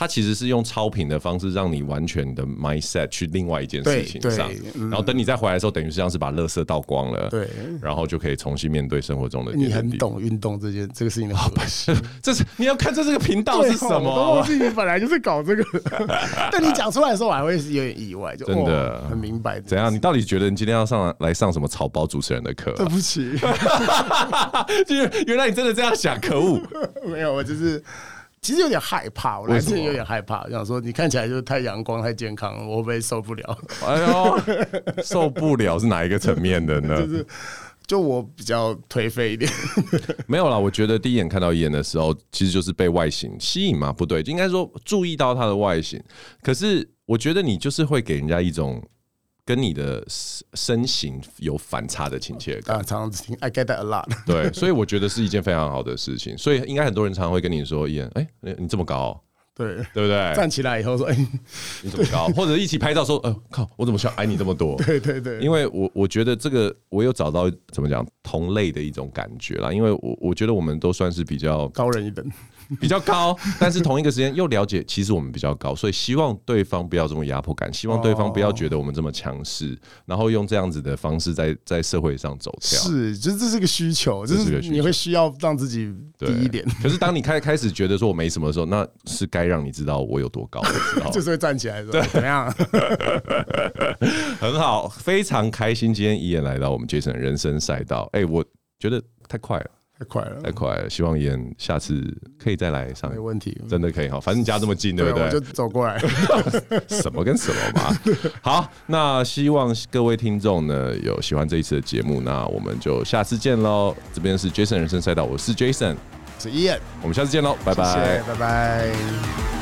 [SPEAKER 1] 它其实是用超频的方式，让你完全的 mindset 去另外一件事
[SPEAKER 2] 对
[SPEAKER 1] 情
[SPEAKER 2] 对
[SPEAKER 1] 上，
[SPEAKER 2] 嗯
[SPEAKER 1] 然后等你再回来的时候，等于是像是把垃圾倒光了，
[SPEAKER 2] 对
[SPEAKER 1] 然后就可以重新面对生活中的点
[SPEAKER 2] 你
[SPEAKER 1] 点
[SPEAKER 2] 很
[SPEAKER 1] 滴滴
[SPEAKER 2] 懂运动这件这个事情的核心。
[SPEAKER 1] 这是你要看这这个频道是什
[SPEAKER 2] 对
[SPEAKER 1] 么
[SPEAKER 2] 哦我都忘记你本来就是搞这个。 但你讲出来的时候，我还会有点意外，就哦
[SPEAKER 1] 真的
[SPEAKER 2] 哇很明白。
[SPEAKER 1] 怎样？你？到底觉得你今天要上来来上什么草包主持人的课、
[SPEAKER 2] 对不起，
[SPEAKER 1] 啊？就是 原来你真的这样想，可恶！
[SPEAKER 2] 没有，我就是。其实有点害怕，我来
[SPEAKER 1] 为什
[SPEAKER 2] 之
[SPEAKER 1] 么
[SPEAKER 2] 前有点害怕，想说你看起来就是太阳光、太健康了，我会不会受不了？
[SPEAKER 1] 哎呦，受不了是哪一个层面的呢？
[SPEAKER 2] 就我比较颓废一点，
[SPEAKER 1] 没有啦，我觉得第一眼看到伊恩的时候，其实就是被外形吸引嘛，不对，应该说注意到他的外形。可是我觉得你就是会给人家一种跟你的身身形有反差的亲切感
[SPEAKER 2] 啊，。常常听 I get that a lot，
[SPEAKER 1] 对，所以我觉得是一件非常好的事情。所以应该很多人常常会跟你说：“伊恩，哎，你你这么高哦、
[SPEAKER 2] 对，
[SPEAKER 1] 对不对？
[SPEAKER 2] 站起来以后说，哎、
[SPEAKER 1] 你怎么高？或者一起拍照说：“呃，靠，我怎么像矮你这么多？”
[SPEAKER 2] 对对对，
[SPEAKER 1] 因为我我觉得这个我有找到怎么讲同类的一种感觉啦，因为我我觉得我们都算是比较
[SPEAKER 2] 高人一等。
[SPEAKER 1] 比较 高，但是同一个时间又了解，其实我们比较高，所以希望对方不要这么压迫感，希望对方不要觉得我们这么强势，然后用这样子的方式在在社会上走跳。
[SPEAKER 2] 是，就是这是个需求，就
[SPEAKER 1] 啊这是个需
[SPEAKER 2] 是你会需要让自己低
[SPEAKER 1] 对
[SPEAKER 2] 一点，
[SPEAKER 1] 可是当你开开始觉得说我没什么的时候，那是该让你知道我有多高的时候
[SPEAKER 2] 就。是会站起来说哎怎么 样？
[SPEAKER 1] 很好，非常开心，今天伊 E 言来到我们 Jason 人生赛道。哎、我觉得太快了，
[SPEAKER 2] 太快了
[SPEAKER 1] 太，快了，希望伊言下次可以再来上
[SPEAKER 2] 没。问题。
[SPEAKER 1] 真的可以哈，反正你家这么近，对不
[SPEAKER 2] 嗯我就
[SPEAKER 1] 对？
[SPEAKER 2] 走 过来。
[SPEAKER 1] 什么跟什么嘛。好，那希望各位听众呢有喜欢这一次的节目，那我们就下次见喽。这边是 Jason 人生赛道，我是 Jason，
[SPEAKER 2] 是 Ian，
[SPEAKER 1] 我们下次见喽，拜
[SPEAKER 2] 谢
[SPEAKER 1] 拜。
[SPEAKER 2] 谢，拜拜。